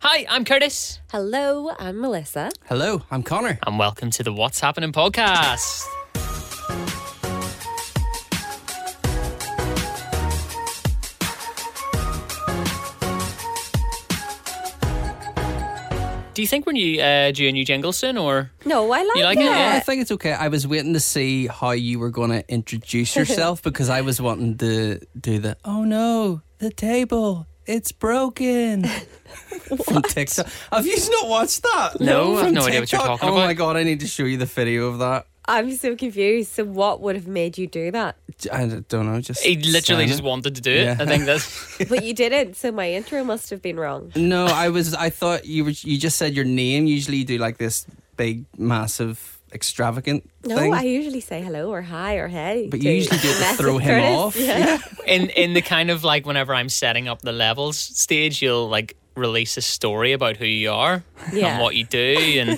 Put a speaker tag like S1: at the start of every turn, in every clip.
S1: Hi, I'm Curtis,
S2: Hello, I'm Melissa.
S3: Hello, I'm Connor.
S1: and welcome to the What's Happening podcast. Do you think when you uh, do a new jingle soon, or
S2: No, I like,
S1: You like it?
S2: it.
S1: Yeah.
S3: I think it's okay. I was waiting to see how you were going to introduce yourself because I was wanting to do the oh no, the table, it's broken. From TikTok. Have you not watched that?
S1: No, I have
S3: From
S1: no idea what you're
S3: TikTok?
S1: talking
S3: Oh
S1: about.
S3: my god, I need to show you the video of that.
S2: I'm so confused. So, what would have made you do that?
S3: I don't know, just
S1: he literally
S3: silent.
S1: just wanted to do it?
S3: Yeah.
S1: I think that's
S2: But you didn't. So, my intro must have been wrong.
S3: No, I was. I thought you were. You just said your name. Usually, you do like this big, massive, extravagant
S2: No,
S3: thing.
S2: I usually say hello or hi or hey.
S3: but you
S2: to
S3: usually do it to
S2: message
S3: throw him
S2: Curtis.
S3: off.
S2: Yeah.
S1: in in the kind of like whenever I'm setting up the levels stage, you'll like release a story about who you are
S2: Yeah.
S1: and what you do, and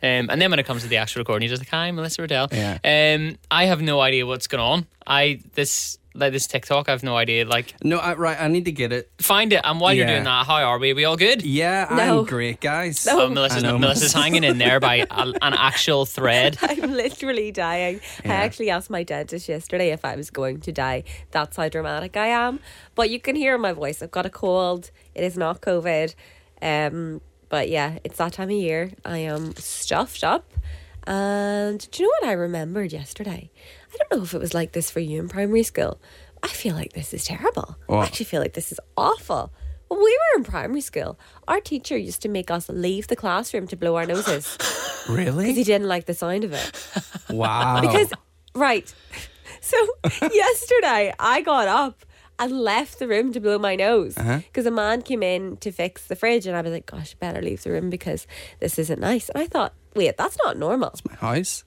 S1: um, and then when it comes to the actual recording, you're just like, "Hi, Melissa Riddell."
S3: Yeah.
S1: Um, I have no idea what's going on. I this like this TikTok, I have no idea. Like,
S3: No, I, right. I need to get it.
S1: find it. And while you're
S3: Yeah.
S1: doing that, how are we? Are we all good?
S3: Yeah,
S2: No.
S3: I'm great, guys.
S2: No.
S1: Oh, Melissa's,
S3: I know.
S1: Melissa's hanging in there by a, an actual thread.
S2: I'm literally dying. I actually asked my dentist yesterday if I was going to die. That's how dramatic I am. But you can hear in my voice. I've got a cold. It is not COVID. Um, but yeah, it's that time of year. I am stuffed up. And do you know what I remembered yesterday? I don't know if it was like this for you in primary school. I feel like this is terrible. I
S3: What?
S2: actually feel like this is awful. When we were in primary school, our teacher used to make us leave the classroom to blow our noses because he
S3: Really?
S2: didn't like the sound of it.
S3: Wow.
S2: Because
S1: Oh.
S2: right. So yesterday I got up and left the room to blow my nose
S1: Uh-huh.
S2: because a man came in to fix the fridge and I was like, "Gosh, better leave the room because this isn't nice." And I thought, "Wait, that's not normal.
S3: my house.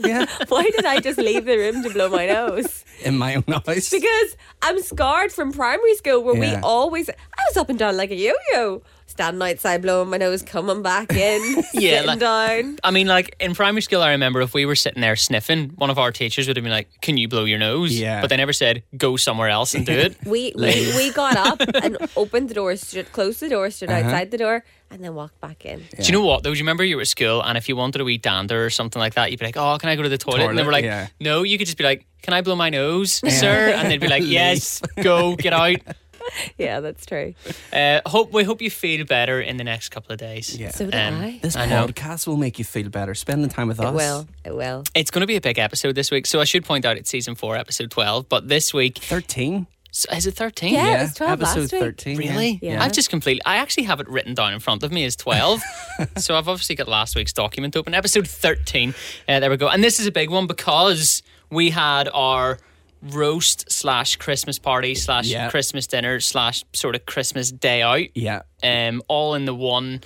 S3: yeah,
S2: Why did I just leave the room to blow my nose?"
S3: in my own house.
S2: Because I'm scarred from primary school where we
S3: Yeah.
S2: always I was up and down like a yo-yo, standing outside blowing my nose, coming back in,
S1: Yeah,
S2: sitting
S1: like-
S2: down.
S1: I mean, like in primary school, I remember if we were sitting there sniffing, one of our teachers would have been like, "Can you blow your nose?"
S3: Yeah.
S1: But they never said, "Go somewhere else and do it."
S2: We, we we got up and opened the door, stood, closed the door,
S3: Uh-huh.
S2: stood outside the door, and then walked back in.
S1: Do you know what though? Do you remember you were at school and if you wanted a wee dander or something like that, you'd be like, "Oh, can I go to the toilet?" and they
S3: Toilet,
S1: were like,
S3: yeah.
S1: "No." You could just be like, "Can I blow my nose, sir?" And they'd be like, "Yes, go get out."
S2: Yeah, that's true.
S1: Uh, hope we hope you feel better in the next couple of days.
S3: Yeah.
S2: So did
S1: Um,
S2: I.
S3: this
S1: I know.
S3: podcast will make you feel better. Spending time with us.
S2: Well, it will.
S1: It's going to be a big episode this week, so I should point out it's season four, episode twelve. But this week,
S3: thirteen.
S1: so is it thirteen?
S2: Yeah, it was 12
S3: episode
S2: last week.
S3: thirteen. yeah.
S1: Really?
S2: Yeah. Yeah.
S1: I've just completely. I actually have it written down in front of me as 12. so I've obviously got last week's document open. Episode 13. Uh, there we go. And this is a big one because we had our roast slash Christmas party slash
S3: Yeah.
S1: Christmas dinner slash sort of Christmas day out.
S3: Yeah.
S1: Um, all in the one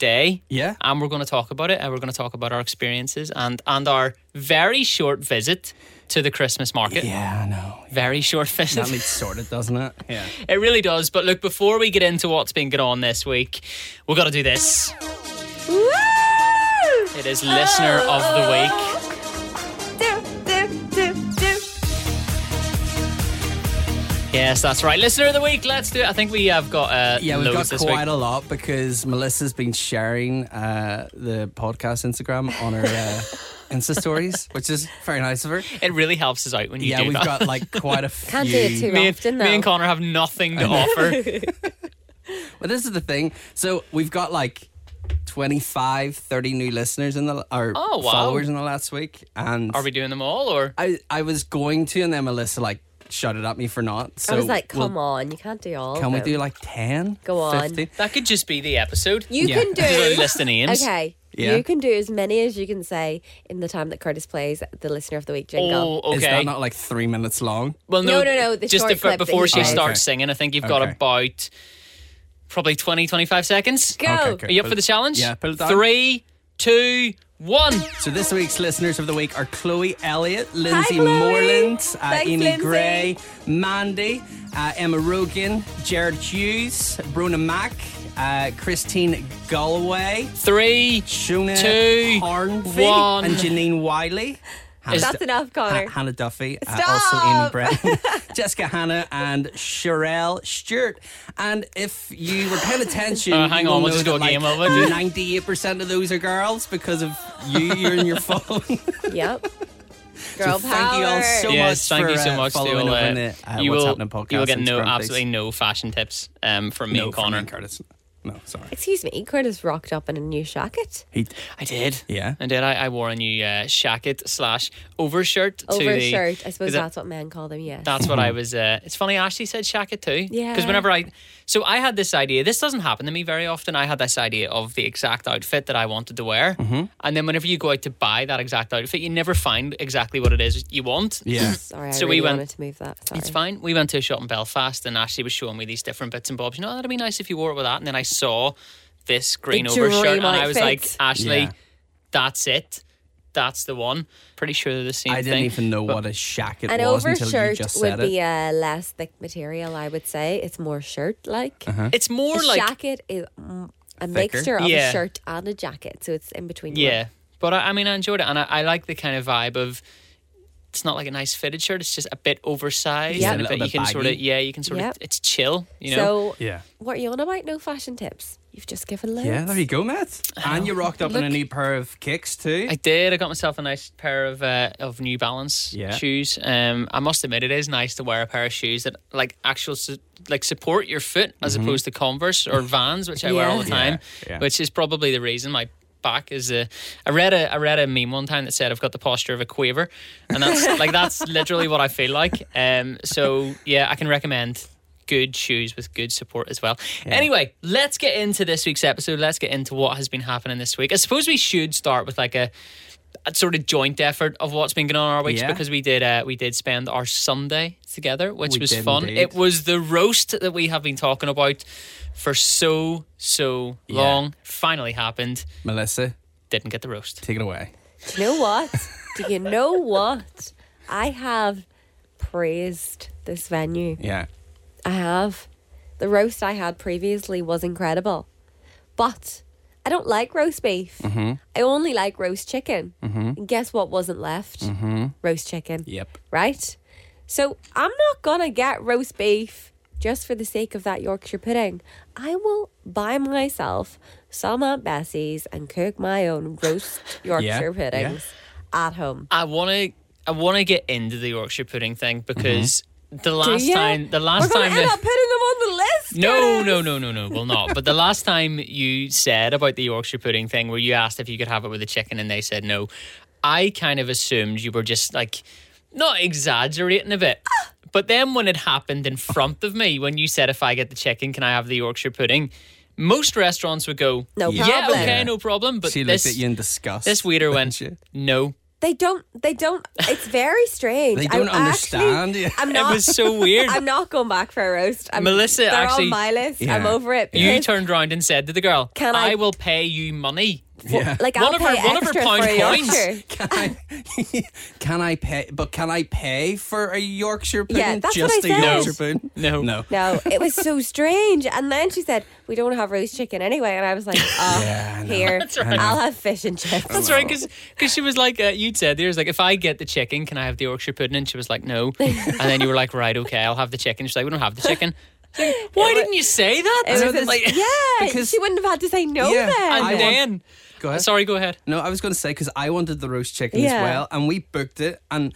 S1: day.
S3: Yeah.
S1: And we're going to talk about it, and we're going to talk about our experiences and and our very short visit to the Christmas market.
S3: Yeah, I know.
S1: Very short visit.
S3: That needs sorted, doesn't it? Yeah.
S1: It really does. But look, before we get into what's been going on this week, we've got to do this.
S2: Woo!
S1: It is listener of the week.
S2: Do, do, do, do.
S1: Yes, that's right. Listener of the week. Let's do it. I think we have got uh,
S3: Yeah, we've
S1: loads
S3: got
S1: this
S3: quite
S1: week.
S3: a lot because Melissa's been sharing uh, the podcast Instagram on her uh, Insta stories, which is very nice of her.
S1: it really helps us out when you
S3: Yeah,
S1: do
S3: we've
S1: that.
S3: got like quite a few.
S2: Can't do it too
S1: me,
S2: often
S1: me
S2: though.
S1: and Connor have nothing to offer.
S3: But this is the thing. So we've got like 25, 30 new listeners in the or
S1: Oh, wow.
S3: followers in the last week, and
S1: Are we doing them all or?
S3: I I was going to, and then Melissa like shouted at me for not. So
S2: I was like,
S3: we'll-
S2: "Come on, you can't do all."
S3: Can we
S2: of them."
S3: do like ten?
S2: Go on.
S3: 15?
S1: That could just be the episode.
S2: You
S3: Yeah.
S2: can
S1: There's only
S2: do.
S1: list of names.
S2: Okay.
S3: Yeah.
S2: You can do as many as you can say in the time that Curtis plays the listener of the week jingle.
S1: Oh, okay.
S3: Is that not like three minutes long?
S1: Well, no,
S2: No, no, no, the
S1: just
S2: short
S1: if-
S2: clip that
S1: before
S2: he
S1: she
S2: plays.
S1: starts
S3: Okay.
S1: singing, I think you've got
S3: Okay.
S1: about probably 20, 25 seconds.
S2: Go.
S3: Okay,
S1: Are
S3: okay.
S1: you up
S3: Pull
S1: for the
S3: it-
S1: challenge?
S3: yeah, pull it down.
S1: Three, two, one.
S3: So this week's listeners of the week are Chloe Elliott, Lindsay
S2: Chloe.
S3: Moreland, uh,
S2: Thanks,
S3: Amy
S2: Lindsay.
S3: Gray, Mandy, uh, Emma Rogan, Jared Hughes, Bruna Mack, uh, Christine Galway,
S1: Three.
S3: Shona
S1: Two,
S3: Harnvey,
S1: one.
S3: and Janine Wiley. Hannah
S2: That's
S3: Du-
S2: enough, Connor.
S3: Ha- Hannah Duffy, uh,
S2: Stop!
S3: also Amy Brown, Jessica Hannah, and Sherelle Stewart. And if you were paying attention,
S1: Uh, hang
S3: you
S1: on, we'll
S3: will know
S1: just do
S3: that,
S1: a game
S3: like,
S1: of it.
S3: Ninety-eight percent of those are girls because of you. You're in your phone.
S2: Yep. Girl power.
S3: So thank you all so
S1: yes,
S3: much
S1: thank
S3: for,
S1: you so
S3: uh,
S1: much. to
S3: following
S1: all,
S3: up
S1: uh,
S3: on the, uh,
S1: you
S3: What's
S1: will,
S3: Happening podcast
S1: you will get
S3: and
S1: no,
S3: Scrum Takes.
S1: absolutely no fashion tips um, from me
S3: no
S1: and
S3: from me
S1: Connor.
S3: and Curtis. No, sorry.
S2: Excuse me, Curtis rocked up in a new jacket.
S3: He,
S1: I did.
S3: Yeah.
S1: I did. I, I wore a new uh, shacket slash overshirt. to the-
S2: Overshirt. I suppose
S1: is it-
S2: that's what men call them, yes.
S1: That's what
S3: Hmm.
S1: I was. Uh, it's funny, Ashley said shacket too.
S2: Yeah.
S1: Because whenever I, so I had this idea. This doesn't happen to me very often. I had this idea of the exact outfit that I wanted to wear,
S3: Mm-hmm.
S1: and then whenever you go out to buy that exact outfit, you never find exactly what it is you want.
S3: yeah.
S2: Sorry, I
S1: So we
S2: really
S1: went-
S2: wanted to move that. Sorry.
S1: It's fine. We went to a shop in Belfast, and Ashley was showing me these different bits and bobs. You know, "Oh, that'd be nice if you wore it with that. And then I saw this green
S2: dream
S1: overshirt, and I was like,
S2: outfit.
S1: Ashley,
S3: Yeah.
S1: that's it. That's the one. Pretty sure they're the same
S3: I
S1: thing.
S3: didn't even know what a shacket
S2: An
S3: was until you
S2: overshirt
S3: just
S2: would
S3: said
S2: be
S3: it.
S2: a less thick material, I would say. It's more shirt like.
S3: Uh-huh.
S1: It's more
S2: a
S1: like
S2: jacket is mm, a
S3: Thicker.
S2: mixture of
S1: Yeah.
S2: a shirt and a jacket, so it's in between. the
S1: Yeah, but I, I mean, I enjoyed it, and I, I like the kind of vibe of. It's not like a nice fitted shirt. It's just a bit oversized
S2: Yeah.
S1: and
S3: A
S1: a bit.
S3: little
S1: You
S3: bit
S1: can sort of
S3: baggy.
S1: yeah, you can sort
S2: Yeah.
S1: of. It's chill, you know.
S2: So,
S3: Yeah.
S2: what are you on about? No fashion tips. You've just given loads.
S3: Yeah, there you go, Matt. And you rocked up in a
S1: Look.
S3: new pair of kicks too.
S1: I did. I got myself a nice pair of uh, of New Balance
S3: Yeah.
S1: shoes. Um, I must admit, it is nice to wear a pair of shoes that like actual su- like support your foot as opposed to Converse or Vans, which I wear all
S2: Yeah.
S1: the time.
S3: Mm-hmm. Yeah, yeah.
S1: Which is probably the reason my back is. Uh, I read a I read a meme one time that said I've got the posture of a quaver, and that's like that's literally what I feel like. Um, so yeah, I can recommend. Good shoes with good support as well. Anyway, let's get into this week's episode. Let's get into what has been happening this week. I suppose we should start with like a a sort of joint effort of what's been going on in our weeks
S3: Yeah.
S1: because we did uh, we did spend our Sunday together, which
S3: We
S1: was
S3: did
S1: fun.
S3: indeed.
S1: It was the roast that we have been talking about for so so
S3: Yeah.
S1: long. Finally happened.
S3: Melissa,
S1: Didn't get the roast.
S3: take it away.
S2: Do you know what? Do you know what? I have praised this venue.
S3: Yeah.
S2: I have. The roast I had previously was incredible. But I don't like roast beef.
S1: Mm-hmm.
S2: I only like roast chicken. And guess what wasn't left?
S1: Mm-hmm.
S2: Roast chicken.
S3: Yep.
S2: Right? So I'm not going to get roast beef just for the sake of that Yorkshire pudding. I will buy myself some Aunt Bessie's and cook my own roast Yorkshire
S3: yeah.
S2: puddings at home.
S1: I want to I want to get into the Yorkshire pudding thing because
S3: Mm-hmm.
S1: the
S2: Do
S1: last
S2: ya?
S1: time the last
S2: We're gonna
S1: time
S2: end
S1: that-
S2: up putting them on the list.
S1: No,
S2: Curtis.
S1: no, no, no, no. Well, not. But the last time you said about the Yorkshire pudding thing, where you asked if you could have it with a chicken, and they said no, I kind of assumed you were just like not exaggerating a bit. But then when it happened in front of me, when you said if I get the chicken, can I have the Yorkshire pudding? Most restaurants would go,
S2: No
S1: yeah,
S2: problem.
S1: okay,
S3: Yeah.
S1: no problem. But
S3: she
S1: this,
S3: looked at you in disgust.
S1: this waiter
S3: didn't
S1: went,
S3: she?
S1: no.
S2: They don't. They don't. It's very strange.
S3: They don't
S2: I actually-
S3: understand you.
S2: I'm
S1: It
S2: not.
S1: was so weird.
S2: I'm not going back for a roast. I'm,
S1: Melissa
S2: they're
S1: actually-
S2: on my list. I'm
S3: Yeah.
S2: over it.
S1: you
S2: because,
S1: turned around and said to the girl,
S2: Can I-
S1: I will pay you money.
S3: Yeah.
S2: like
S1: one
S2: I'll
S1: of her-
S2: pay
S1: one of her
S2: extra
S1: pound
S2: for a
S1: coins.
S2: Yorkshire.
S3: Can I, can I pay? But can I pay for a Yorkshire pudding?
S2: Yeah, that's
S3: Just
S2: what I
S3: a
S2: said.
S3: Yorkshire pudding?
S1: No.
S3: no.
S2: No, it was so strange. And then she said, "We don't have roast chicken anyway." And I was like, "Oh,
S3: Yeah, I know.
S2: here,
S1: right.
S2: I'll have fish and chips."
S1: That's right, because she was like, uh, you'd said, there was like, if I get the chicken, can I have the Yorkshire pudding? And she was like, no. And then you were like, right, okay, I'll have the chicken. She's like, we don't have the chicken. It's like, Why didn't you say that?
S2: It was
S3: this-
S2: like,
S1: like,
S2: yeah,
S3: because-
S2: she wouldn't have had to say no
S3: Yeah,
S2: then.
S1: and
S3: I want-
S1: then,
S3: Go ahead.
S1: sorry, go ahead.
S3: No, I was going to say because I wanted the roast chicken as
S2: Yeah.
S3: well, and we booked it. And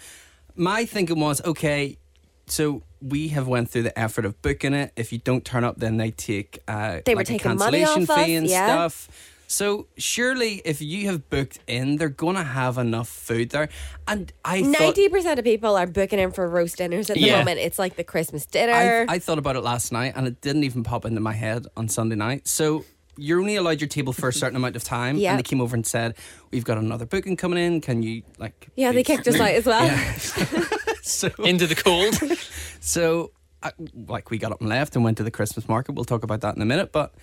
S3: my thinking was, okay, so we have went through the effort of booking it. If you don't turn up, then they take uh,
S2: They were
S3: like a
S2: taking money
S3: cancellation
S2: off us,
S3: fee and
S2: yeah.
S3: stuff. So surely, if you have booked in, they're going to have enough food there. And I thought.
S2: Ninety percent of people are booking in for roast dinners at the
S1: Yeah.
S2: moment. It's like the Christmas dinner.
S3: I, I thought about it last night and it didn't even pop into my head on Sunday night. So you're only allowed your table for a certain amount of time.
S2: Yeah.
S3: And they came over and said, We've got another booking coming in. Can you, like.
S2: yeah, they
S3: please
S2: kicked us out as well.
S3: So,
S1: Into the cold.
S3: so I, like, we got up and left and went to the Christmas market. We'll talk about that in a minute. But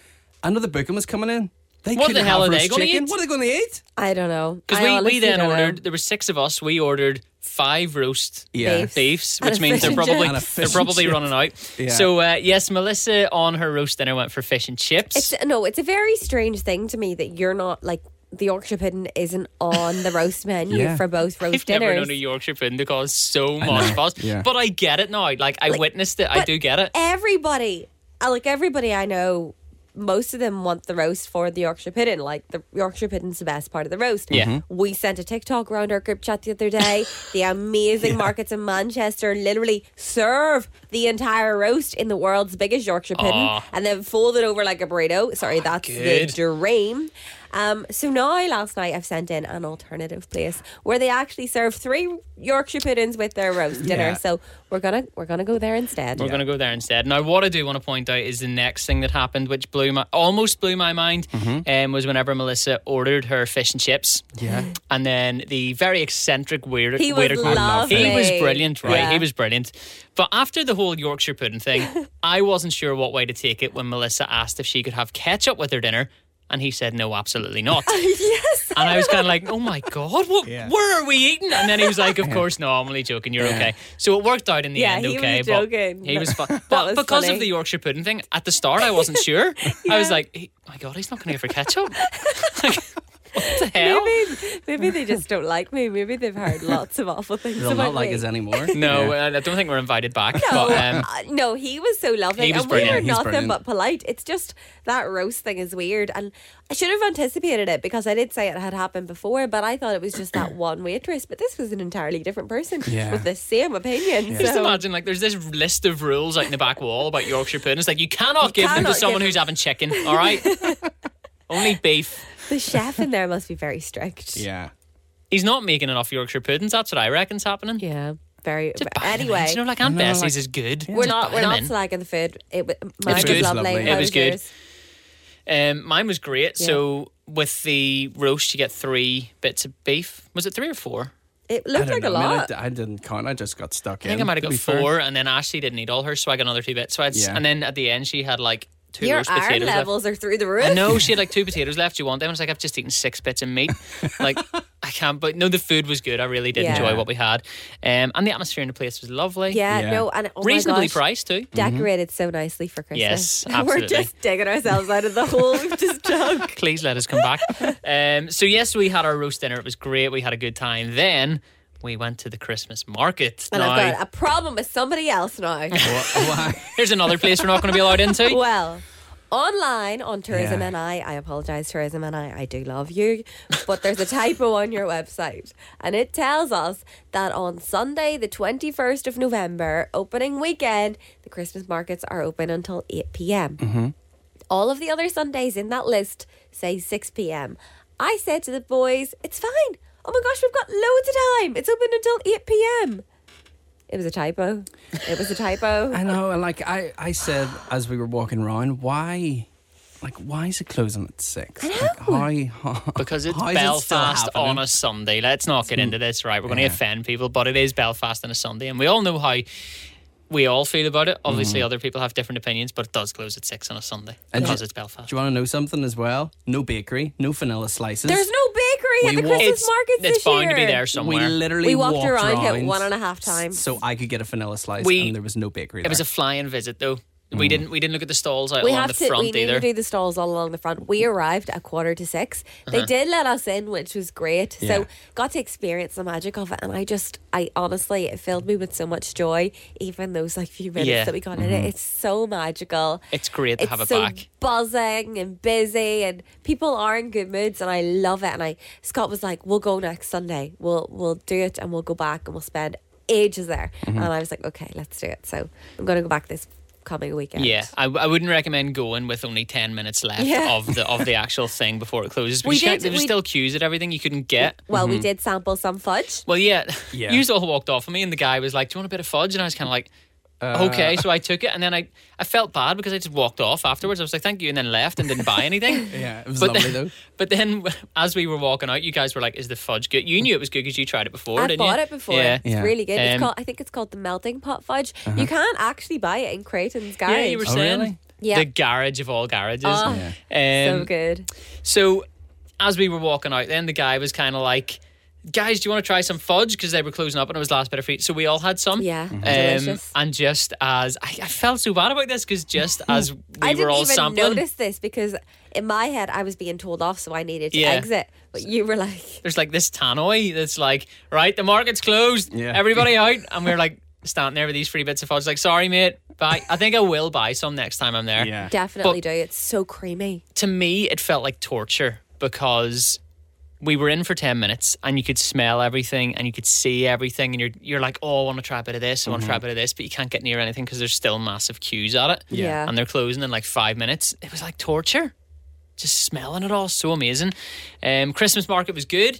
S3: another booking was coming in. They
S1: What the
S3: couldn't
S1: hell
S3: have
S1: are they
S3: roast
S1: gonna
S3: chicken.
S1: eat?
S3: What are they going to eat?
S2: I don't know.
S1: Because
S2: I
S1: we, we
S2: honestly
S1: then
S2: don't know.
S1: ordered, there were six of us, we ordered five roast
S3: Yeah.
S2: Beef.
S1: thieves,
S2: And
S1: which
S2: a
S1: means
S2: fish
S1: they're
S2: and
S1: probably
S2: chips.
S3: And a fish
S1: they're
S3: and
S1: probably
S3: chips.
S1: running out.
S3: Yeah.
S1: So uh, yes, Melissa on her roast dinner went for fish and chips.
S2: It's no, it's a very strange thing to me that you're not like the Yorkshire pudding isn't on the roast menu
S3: Yeah.
S2: for both roast
S1: I've
S2: dinners.
S1: never known a Yorkshire pudding to cause so much fuss,
S3: yeah.
S1: but I get it now. Like I witnessed it, I do get
S2: eh,
S1: it.
S2: everybody, I- like everybody I know, most of them want the roast for the Yorkshire pudding. Like the Yorkshire pudding's the best part of the roast.
S1: Yeah. Mhm.
S2: We sent a TikTok around our group chat the other day. the amazing markets in Manchester literally serve the entire roast in the world's biggest Yorkshire pudding
S1: Aw.
S2: and then fold it over like a burrito. Sorry, that's
S1: good.
S2: the dream. Um, so now, last night, I've sent in an alternative place where they actually serve three Yorkshire puddings with their roast dinner.
S3: Yeah.
S2: So we're gonna we're gonna go there instead.
S1: We're going to go there instead. Now, what I do want to point out is the next thing that happened, which blew my almost blew my mind,
S2: Mm-hmm.
S1: um, was whenever Melissa ordered her fish and chips.
S3: Yeah.
S1: And then the very eccentric weird
S2: He was
S1: waiter guy-
S2: lovely.
S1: He was brilliant, right?
S2: Yeah.
S1: He was brilliant. But after the whole Yorkshire pudding thing, I wasn't sure what way to take it when Melissa asked if she could have ketchup with her dinner, and he said no, absolutely not.
S2: yes.
S1: And I was kind of like, oh my God, what,
S3: Yeah.
S1: where are we eating? And then he was like, of course, no, I'm only joking, you're okay. So it worked out in the
S2: Yeah,
S1: end,
S2: he was
S1: okay. but
S2: joking.
S1: He was fun. But
S2: That was
S1: because
S2: funny.
S1: of the Yorkshire pudding thing, at the start, I wasn't sure. I was like, "He- my God, he's not going to ever catch up. like, what the hell?
S2: Maybe, maybe they just don't like me. Maybe they've heard lots of awful things
S3: They'll
S2: about
S3: not like
S2: me.
S3: us anymore.
S1: No,
S3: Yeah.
S1: uh, I don't think we're invited back.
S2: No,
S1: But, um,
S2: uh, no, he was so lovely,
S1: He was
S2: and we
S1: brilliant.
S2: were
S1: He's
S2: nothing
S3: brilliant.
S2: but polite. It's just that roast thing is weird, and I should have anticipated it because I did say it had happened before, but I thought it was just that one waitress. But this was an entirely different person
S3: Yeah.
S2: with the same opinion.
S1: just
S2: So
S1: imagine, like, there's this list of rules out in the back wall about Yorkshire pudding. It's like, you cannot give them
S2: cannot
S1: to someone
S2: give-
S1: who's having chicken, all right? Only beef.
S2: the chef in there must be very strict.
S3: Yeah.
S1: He's not making enough Yorkshire puddings. That's what I reckon's happening.
S2: Yeah, very.
S1: Just
S2: but
S1: buy them in.
S2: anyway,
S1: you know, like Aunt
S3: No,
S1: Bessie's
S3: like-
S1: is good.
S2: we're
S1: Just
S2: not
S1: buy
S2: we're
S1: them
S2: not
S1: in.
S2: slagging the food. It, wa- mine was,
S1: good. It was
S2: lovely.
S3: lovely.
S2: How
S1: It was good.
S2: yours?
S1: Um, mine was great. So with the roast, you get three bits of beef. Was it three or four?
S2: It
S3: I
S2: looked
S3: don't
S2: like a
S3: know. I, mean, I
S2: lot.
S3: d- I didn't count. I just got stuck
S1: I
S3: in.
S1: think I might have
S3: to
S1: got
S3: be
S1: four,
S3: fair.
S1: and then Ashley didn't eat all hers, so I got another two bits. So I just,
S3: Yeah.
S1: and then at the end she had like two
S2: Your
S1: roast
S2: iron
S1: potatoes left.
S2: levels are through the roof.
S1: I know she had like two potatoes left. You want them? I was like, I've just eaten six bits of meat. Like, I can't. But no, the food was good. I really did
S2: Yeah.
S1: enjoy what we had, um, and the atmosphere in the place was lovely.
S2: Yeah, Mm-hmm.
S3: Yeah.
S2: no, and oh
S1: reasonably
S2: my gosh,
S1: priced too.
S2: Decorated so nicely for Christmas.
S1: Yes, absolutely.
S2: We're just digging ourselves out of the hole we've just dug.
S1: please let us come back. um, so yes, we had our roast dinner. It was great. We had a good time. Then we went to the Christmas market.
S2: And
S1: now,
S2: I've got a problem with somebody else now.
S3: Wha- why?
S1: here's another place we're not going to be allowed into.
S2: well, online on Tourism
S3: Yeah.
S2: and I, I apologise, Tourism and I, I do love you, but there's a typo on your website. And it tells us that on Sunday, the 21st of November, opening weekend, the Christmas markets are open until 8 p.m.
S3: Mm-hmm.
S2: All of the other Sundays in that list say 6 p.m. I said to the boys, it's fine. Oh my gosh, we've got loads of time. It's open until 8 p.m. It was a typo. It was a typo.
S3: I know. And like I, I said as we were walking around, why, like, why is it closing at six? Like, how, how,
S1: Because it's
S3: how is it still
S1: Belfast
S3: happening? Hmm.
S1: on a Sunday. Let's not get into this, right? We're going to
S3: Yeah.
S1: offend people, but it is Belfast on a Sunday, and we all know how we all feel about it. Obviously, other people have different opinions, but it does close at six on a Sunday
S3: Hmm. And
S1: because
S3: ju-
S1: it's Belfast.
S3: Do you want to know something as well? No bakery, no vanilla slices.
S2: There's no bakery at
S3: We
S2: the
S3: walked-
S2: Christmas
S1: it's
S2: markets
S1: it's
S2: this
S1: bound
S2: year.
S1: to be there
S3: We
S1: somewhere.
S3: literally
S2: We walked
S3: around,
S2: around at one and a half times.
S3: so I could get a vanilla slice,
S1: We-
S3: and there was no bakery.
S1: it was a
S3: there.
S1: flying visit, though.
S3: Hmm.
S1: We didn't we didn't look at the stalls out
S2: We
S1: along
S2: have
S1: the
S2: to.
S1: front
S2: we need
S1: either.
S2: to do the stalls all along the front. We arrived at quarter to 6
S1: Uh-huh.
S2: They did let us in, which was great.
S3: Yeah.
S2: So got to experience the magic of it, and I just, I honestly, it filled me with so much joy. Even those like few minutes
S1: Yeah. Mm-hmm.
S2: that we got in it, it's so magical.
S1: It's great to
S2: it's
S1: have it
S2: so
S1: back.
S2: buzzing and busy, and people are in good moods, and I love it. And I Scott was like, "We'll go next Sunday. We'll we'll do it, and we'll go back, and we'll spend ages there."
S1: Mm-hmm.
S2: And I was like, "Okay, let's do it." So I'm going to go back this coming weekend.
S1: Yeah, I, I wouldn't recommend going with only ten minutes left
S2: Yeah.
S1: of the of the actual thing before it closes.
S2: We
S1: Because
S2: did-
S1: there were
S2: we-
S1: still queues at everything you couldn't get.
S2: Well, we did sample some fudge.
S1: Well, yeah,
S3: Yeah.
S1: you all walked off of me, and the guy was like, "Do you want a bit of fudge?" And I was kind of like,
S2: Uh,
S1: "Okay." So I took it, and then I I felt bad because I just walked off afterwards. I was like, "Thank you," and then left and didn't buy anything.
S3: yeah, it was
S1: But
S3: lovely
S1: then,
S3: though.
S1: but then, as we were walking out, you guys were like, "Is the fudge good?" You knew it was good because you tried it before,
S2: I
S1: didn't
S2: bought
S1: you?
S2: it before.
S1: Yeah,
S2: It's
S3: Yeah.
S2: really good.
S1: Um, Uh-huh.
S2: it's called, I think it's called the melting pot fudge. You can't actually buy it in Creighton's garage.
S1: yeah. You were
S3: Oh,
S1: saying
S3: really?
S2: Yeah.
S1: the garage of all garages.
S2: Oh,
S1: Um,
S2: so good.
S1: So as we were walking out, then the guy was kind of like, guys, do you want to try some fudge? Because they were closing up and it was last bit of free. So we all had some.
S2: Yeah,
S3: Mm-hmm.
S1: Um,
S2: delicious.
S1: and just as I, I felt so bad about this because just as we
S2: I
S1: were
S2: didn't
S1: all
S2: even
S1: sampling,
S2: notice this because in my head I was being told off, so I needed to
S1: Yeah.
S2: exit. But you were like,
S1: there's like this tannoy that's like, right, the market's closed,
S3: Yeah.
S1: everybody out, and we're like standing there with these free bits of fudge, like, sorry, mate, bye. I think I will buy some next time I'm there.
S3: Yeah.
S2: definitely do. It's so creamy.
S1: To me, it felt like torture because we were in for ten minutes, and you could smell everything, and you could see everything, and you're you're like, oh, I want to try a bit of this, I want to try a bit of this, but you can't get near anything because there's still massive queues at it.
S2: Yeah. Yeah.
S1: and they're closing in like five minutes. It was like torture. Just smelling it all, so amazing. Um, Christmas market was good,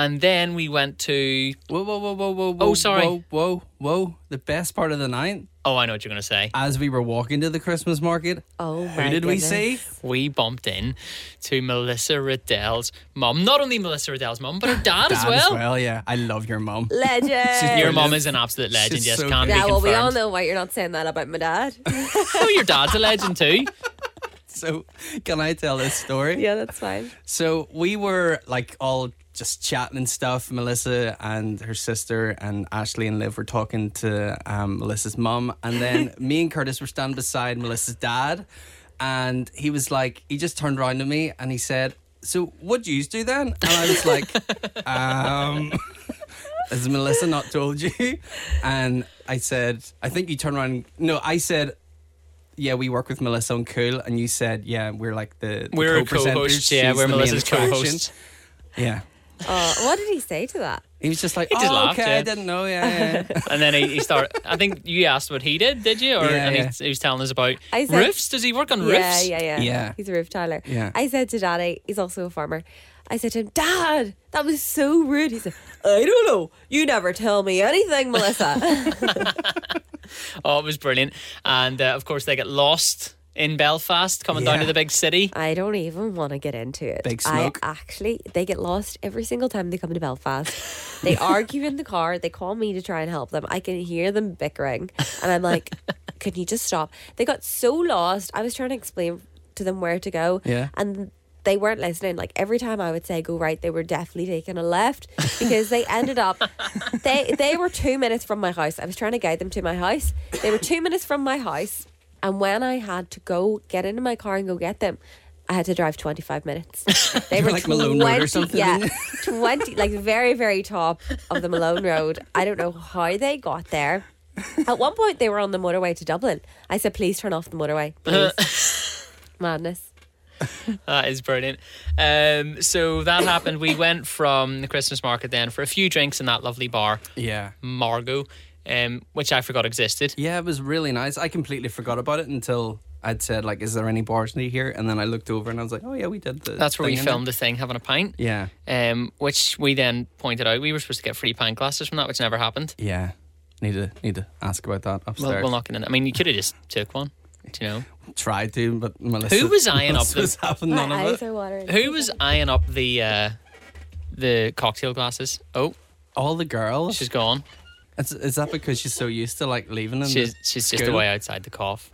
S1: and then we went to
S3: Whoa, whoa, whoa, whoa, whoa,
S1: Oh,
S3: whoa,
S1: sorry.
S3: Whoa, whoa, whoa. The best part of the night,
S1: Oh, I know what you're going to say.
S3: as we were walking to the Christmas market,
S2: Oh
S3: who
S2: my
S3: did we
S2: goodness.
S3: see?
S1: We bumped in to Melissa Riddell's mum. Not only Melissa Riddell's mum, but her dad, as
S3: Dad
S1: well.
S3: yeah. I love your mom.
S2: Legend.
S1: Your
S3: Brilliant.
S1: mum is an absolute legend.
S3: She's
S1: yes,
S3: so
S1: can
S3: good.
S1: be
S2: yeah, well,
S1: confirmed.
S2: we all know why you're not saying that about my dad.
S1: Oh, your dad's a legend too.
S3: So, can I tell this story?
S2: yeah, that's fine.
S3: So we were like all just chatting and stuff. Melissa and her sister and Ashley and Liv were talking to um, Melissa's mum, and then me and Curtis were standing beside Melissa's dad, and he was like, he just turned around to me and he said, "So what do you do then?" And I was like, um, "Has Melissa not told you?" And I said, "I think you turned around." No, I said. Yeah, we work with Melissa on Cool, and you said, yeah, we're like the, the
S1: We're
S3: co-presenters.
S1: co-hosts. Yeah,
S3: She's
S1: we're
S3: the main
S1: Melissa's
S3: attraction."
S1: co-hosts.
S3: Yeah.
S2: Oh, what did he say to that?
S3: He was just like,
S1: just
S3: oh,
S1: laughed,
S3: okay,
S1: yeah.
S3: I didn't know. Yeah, yeah.
S1: And then he, he started. I think you asked what he did, did you? Or
S3: Yeah,
S1: and
S3: yeah.
S1: He, he was telling us about
S2: I said-
S1: roofs. Does he work on
S2: Yeah,
S1: roofs?
S2: yeah, yeah,
S3: Yeah.
S2: He's a roof tiler.
S3: Yeah.
S2: I said to Daddy, he's also a farmer. I said to him, Dad, that was so rude. He said, I don't know. You never tell me anything, Melissa.
S1: Oh, it was brilliant. And uh, of course, they get lost in Belfast, coming down
S3: Yeah.
S1: to the big city.
S2: I don't even want to get into it.
S3: Big smoke.
S2: I actually, they get lost every single time they come to Belfast. They argue in the car. They call me to try and help them. I can hear them bickering. And I'm like, can you just stop? They got so lost. I was trying to explain to them where to go.
S3: Yeah.
S2: And they weren't listening. Like every time I would say go right, they were definitely taking a left because they ended up they they were two minutes from my house. I was trying to guide them to my house. They were two minutes from my house. And when I had to go get into my car and go get them, I had to drive twenty five minutes. They were
S3: like Malone Road or something,
S2: Yeah,
S3: didn't
S2: twenty like very very top of the Malone Road. I don't know how they got there. At one point, they were on the motorway to Dublin. I said, "Please turn off the motorway, please." Madness.
S1: That is brilliant. Um, so that happened. We went from the Christmas market then for a few drinks in that lovely bar,
S3: yeah.
S1: Margot, um, which I forgot existed.
S3: Yeah, it was really nice. I completely forgot about it until I'd said, like, is there any bars near here? And then I looked over and I was like, oh, yeah, we did the.
S1: That's where
S3: thing
S1: we
S3: in there."
S1: filmed the thing, having a pint.
S3: Yeah.
S1: Um, which we then pointed out we were supposed to get free pint glasses from that, which never happened.
S3: Yeah. Need to need to ask about that upstairs.
S1: We'll, we'll not get in. I mean, you could have just took one. Do you know
S3: Try to, but Melissa.
S1: Who was eyeing up
S3: Melissa
S1: the-
S3: was having
S2: My
S3: none of
S2: eyes
S3: it.
S2: are watering.
S1: who was eyeing up the uh, the cocktail glasses? Oh,
S3: All the girls.
S1: she's gone.
S3: Is, is that because she's so used to like leaving? And
S1: She's she's just away outside the cough.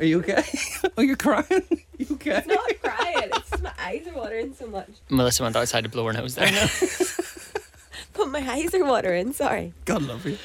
S3: Are you okay? oh, you're crying. you okay?
S2: not crying. It's just my eyes are watering so much.
S1: Melissa went outside to blow her nose there.
S2: But my eyes are watering. Sorry.
S3: God love you.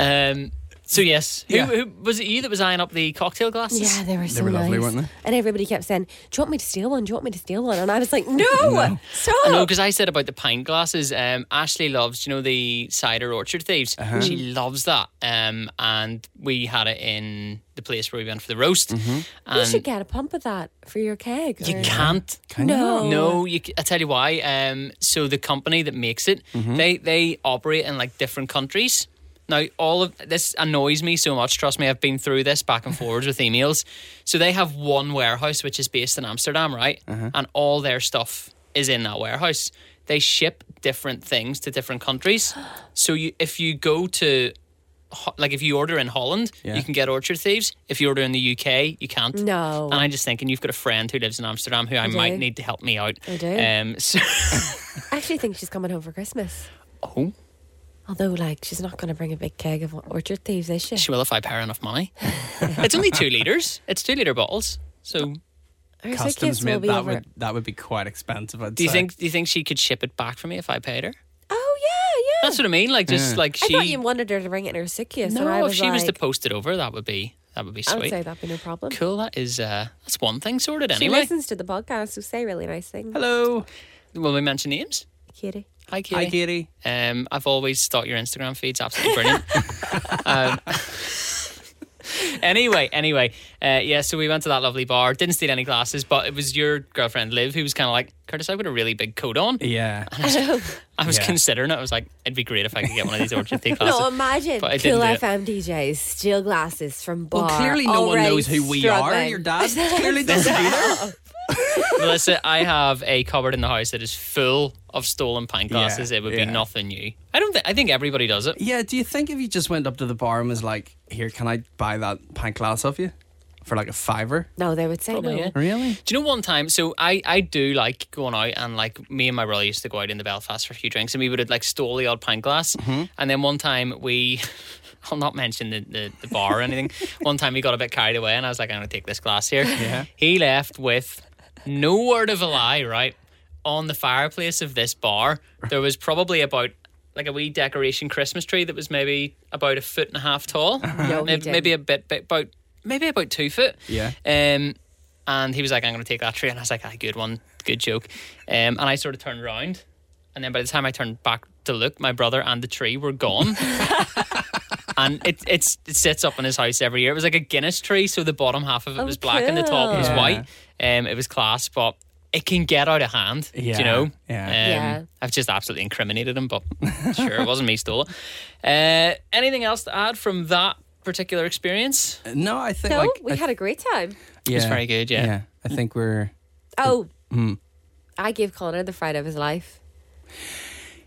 S1: Um, so yes, who,
S3: Yeah.
S1: who was it? You that was eyeing up the cocktail glasses?
S2: Yeah, they were so
S3: were lovely,
S2: nice.
S3: weren't they?
S2: And everybody kept saying, "Do you want me to steal one? Do you want me to steal one?" And I was like, "No, stop!"
S1: No, because I said about the pint glasses. Um, Ashley loves, you know, the cider orchard thieves. She loves that. Um, and we had it in the place where we went for the roast.
S2: you
S1: And
S2: should get a pump of that for your keg.
S1: you
S2: or-
S1: can't.
S2: No.
S1: No, you, c- I tell you why. Um, so the company that makes it, they they operate in like different countries. Now all of this annoys me so much. Trust me, I've been through this back and forwards with emails. So they have one warehouse which is based in Amsterdam, right? And all their stuff is in that warehouse. They ship different things to different countries. So you, if you go to, Ho- like, if you order in Holland,
S3: Yeah.
S1: you can get Orchard Thieves. If you order in the UK, you can't.
S2: No.
S1: And I'm just thinking, you've got a friend who lives in Amsterdam who I,
S2: Oh. do.
S1: might need to help me out.
S2: I do.
S1: Um, so,
S2: I actually think she's coming home for Christmas.
S1: oh,
S2: Although, like, she's not going to bring a big keg of orchard thieves, is she?
S1: she will if I pay her enough money. it's only two litres. It's two litre bottles. So
S2: Or is there
S3: customs
S2: kids will
S3: made
S2: be
S3: that
S2: over-
S3: would that would be quite expensive. I'd
S1: Do you
S3: say.
S1: think? Do you think she could ship it back for me if I paid her?
S2: Oh yeah, yeah.
S1: That's what I mean. Like just
S3: Yeah.
S1: like
S2: I
S1: she.
S2: thought you wanted her to bring it in her suitcase.
S1: no,
S2: and I was
S1: if she
S2: like,
S1: was to post it over, that would be that would be
S2: I would
S1: sweet.
S2: say that'd be no problem.
S1: Cool. That is uh, that's one thing sorted
S2: She
S1: anyway.
S2: listens to the podcast, so say really nice things.
S3: Hello,
S1: Will we mention names?
S2: Kitty.
S1: Hi, Katie.
S3: hi Katie.
S1: Um, I've always thought your Instagram feed's absolutely brilliant. um, anyway, anyway, uh, yeah. So we went to that lovely bar. Didn't steal any glasses, but it was your girlfriend Liv who was kind of like, Curtis, I put a really big coat on.
S3: Yeah,
S1: I was
S3: Yeah.
S1: considering it. I was like, it'd be great if I could get one of these Orchard Tea glasses.
S2: No, imagine
S1: But I
S2: cool
S1: didn't do it.
S2: FM DJs steal glasses from bar.
S3: Well, Oh, clearly no one
S2: already
S3: knows who we are.
S2: struggling.
S3: Your dad clearly doesn't either.
S1: Melissa, I have a cupboard in the house that is full of stolen pint glasses.
S3: Yeah,
S1: it would
S3: yeah.
S1: be nothing new. I don't. Th- I think everybody does it.
S3: Yeah, do you think if you just went up to the bar and was like, "Here, can I buy that pint glass off you for like a fiver?"
S2: No, they would say
S1: Probably,
S2: no.
S1: yeah.
S3: Really?
S1: Do you know one time? So I, I do like going out and like me and my brother used to go out into Belfast for a few drinks and we would have like stole the odd pint glass. And then one time we, I'll not mention the, the, the bar or anything. one time he got a bit carried away and I was like, I'm going to take this glass here.
S3: Yeah.
S1: He left with no word of a lie, right? On the fireplace of this bar, there was probably about like a wee decoration Christmas tree that was maybe about a foot and a half tall.
S2: No, he
S1: maybe, maybe a bit, bit about maybe about two foot.
S3: Yeah.
S1: Um, and he was like, "I'm going to take that tree," and I was like, "Ah, good one, good joke." Um, and I sort of turned around, and then by the time I turned back to look, my brother and the tree were gone. and it it's, it sits up in his house every year. It was like a Guinness tree, so the bottom half of it
S2: Oh,
S1: was black and the top was
S3: cool.
S1: white. Um, it was class, but. It can get out of hand, do
S3: Yeah,
S1: you know?
S3: yeah.
S1: Um,
S2: Yeah.
S1: I've just absolutely incriminated him, but sure, it wasn't me stole it. Uh, anything else to add from that particular experience?
S3: Uh, No, I think
S2: No,
S3: like
S2: we
S3: I-
S2: had a great time.
S3: yeah,
S1: was very good, yeah.
S3: I think we're
S2: Oh, I gave Connor the fright of his life.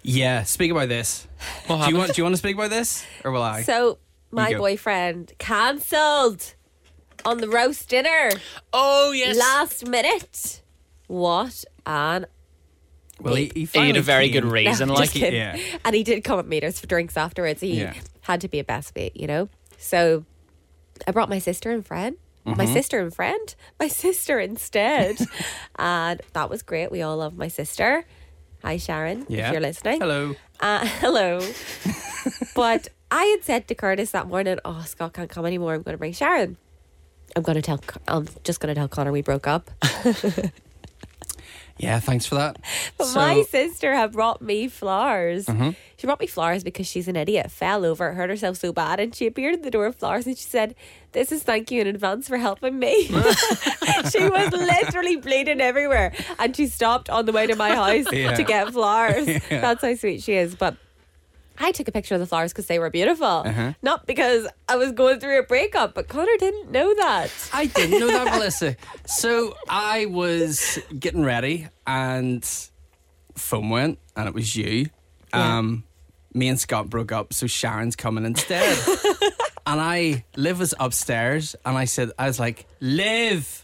S3: yeah. Speak about this.
S1: What
S3: Do
S1: happened?
S3: you want? Do you want to speak about this, or will I?
S2: So my
S3: go.
S2: boyfriend cancelled on the roast dinner
S1: oh yes,
S2: last minute. What an
S3: well, he, he
S1: he
S3: finally
S1: had a very
S3: came.
S1: good reason.
S2: No,
S1: like,
S2: just kidding.
S3: yeah.
S2: And he did come at meters for drinks afterwards. He
S3: Yeah.
S2: had to be a best mate, you know? So I brought my sister and friend. My
S3: Mm-hmm.
S2: sister and friend, my sister instead. and that was great. We all love my sister. Hi, Sharon,
S3: Yeah.
S2: if you're listening.
S3: Hello.
S2: Uh, hello. but I had said to Curtis that morning, "Oh, Scott can't come anymore. I'm going to bring Sharon. I'm going to tell. Con- I'm just going to tell Connor we broke up."
S3: Yeah. Thanks for that.
S2: But
S3: So- Mm-hmm.
S2: my sister had brought me flowers. She brought me flowers because she's an idiot. Fell over, hurt herself so bad, and she appeared at the door of flowers and she said, "This is thank you in advance for helping me." she was literally bleeding everywhere, and she stopped on the way to my house
S3: Yeah.
S2: to get flowers. That's how sweet she is. But I took a picture of the flowers because they were beautiful,
S3: Uh-huh.
S2: not because I was going through a breakup. But Connor didn't know that.
S3: I didn't know that, Melissa. So I was getting ready, and phone went, and it was you. Um, me and Scott broke up, so Sharon's coming instead. and I, Liv was upstairs, and I said, I was like, Liv,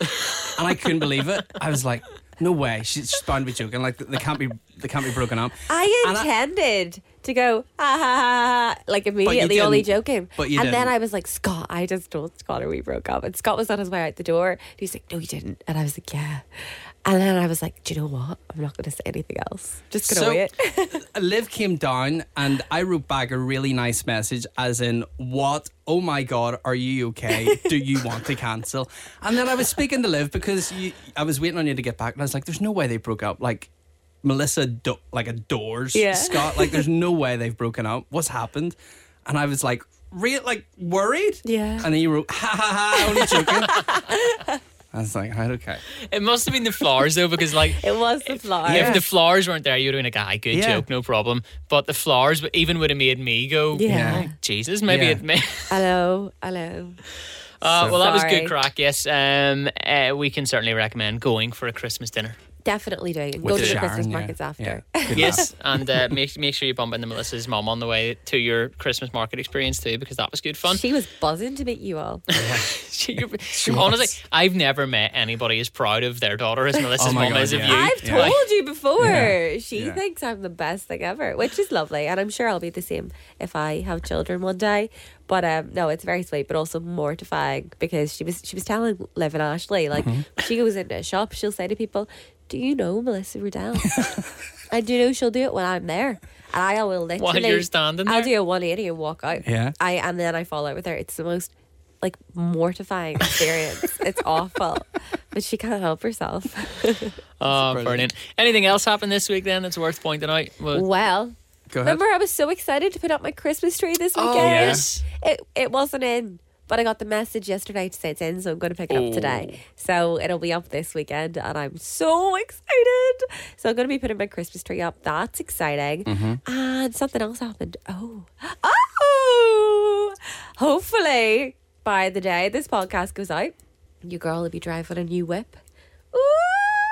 S3: and I couldn't believe it. I was like, no way, she's, she's bound to be joking. Like they can't be, they can't be broken up.
S2: I
S3: And I-
S2: intended to go "Ah, ha ha ha, ha like immediately
S3: didn't.
S2: only joking.
S3: But you
S2: and then
S3: didn't.
S2: I was like, Scott, I just told Scott or we broke up. And Scott was on his way out the door. And he's like, No, you didn't. And I was like, Yeah. And then I was like, Do you know what? I'm not gonna say anything else. Just gonna wait.
S3: uh, Liv came down and I wrote back a really nice message, as in, What? Oh my God, are you okay? Do you want to cancel? And then I was speaking to Liv because you, I was waiting on you to get back and I was like, There's no way they broke up. Like, Melissa, do- like, adores
S2: Yeah.
S3: Scott. Like, there's no way they've broken up. What's happened? And I was like, Real, like, worried?
S2: Yeah.
S3: And then you wrote, Ha ha ha, only joking. I was like, Right, okay.
S1: it must have been the flowers though, because like.
S2: It was the flower.
S1: If the flowers weren't there, you'd have been like, "Ah, good
S3: Yeah.
S1: joke, no problem." But the flowers w- even would have made me go,
S2: Yeah.
S1: "Oh, Jesus, maybe
S3: Yeah.
S1: it may."
S2: Hello, hello.
S1: Uh,
S3: So-
S1: well, that was
S2: Sorry.
S1: good crack. Yes, um, uh, we can certainly recommend going for a Christmas dinner.
S2: Definitely do. And Go to the
S3: Sharon,
S2: Christmas
S3: yeah.
S2: markets after.
S3: Yeah. Good laugh.
S1: Yes, and uh, make make sure you bump into Melissa's mom on the way to your Christmas market experience too, because that was good fun.
S2: She was buzzing to meet you all.
S1: She- you're- honestly, I've never met anybody as proud of their daughter as Melissa's
S3: Oh my
S1: mom
S3: God,
S1: is of
S3: yeah.
S1: you.
S2: I've
S1: Like, oh,
S2: told you before.
S3: Yeah.
S2: She
S3: Yeah.
S2: thinks I'm the best thing ever, which is lovely. And I'm sure I'll be the same if I have children one day. But um, no, it's very sweet, but also mortifying because she was she was telling Liv and Ashley like
S1: Mm-hmm.
S2: when she goes into a shop, she'll say to people, "Do you know Melissa Riddell?" and you know she'll do it when I'm there, and I will literally
S1: While you're standing
S2: I'll
S1: there?
S2: do a one eighty and walk out.
S3: Yeah.
S2: I and then I fall out with her. It's the most like mortifying experience. it's awful, but she can't help herself.
S1: Oh,
S3: brilliant.
S1: brilliant. Anything else happened this week then that's worth pointing out? Well,
S2: Well,
S3: Go ahead.
S2: remember I was so excited to put up my Christmas tree this
S1: Oh,
S2: weekend.
S1: yes.
S2: It it wasn't in, but I got the message yesterday to say it's in, so I'm going to pick it up today. So it'll be up this weekend, and I'm so excited. So I'm going to be putting my Christmas tree up. That's exciting.
S3: Mm-hmm.
S2: And something else happened. Oh, oh! Hopefully by the day this podcast goes out, you girl will be driving a new whip. Ooh!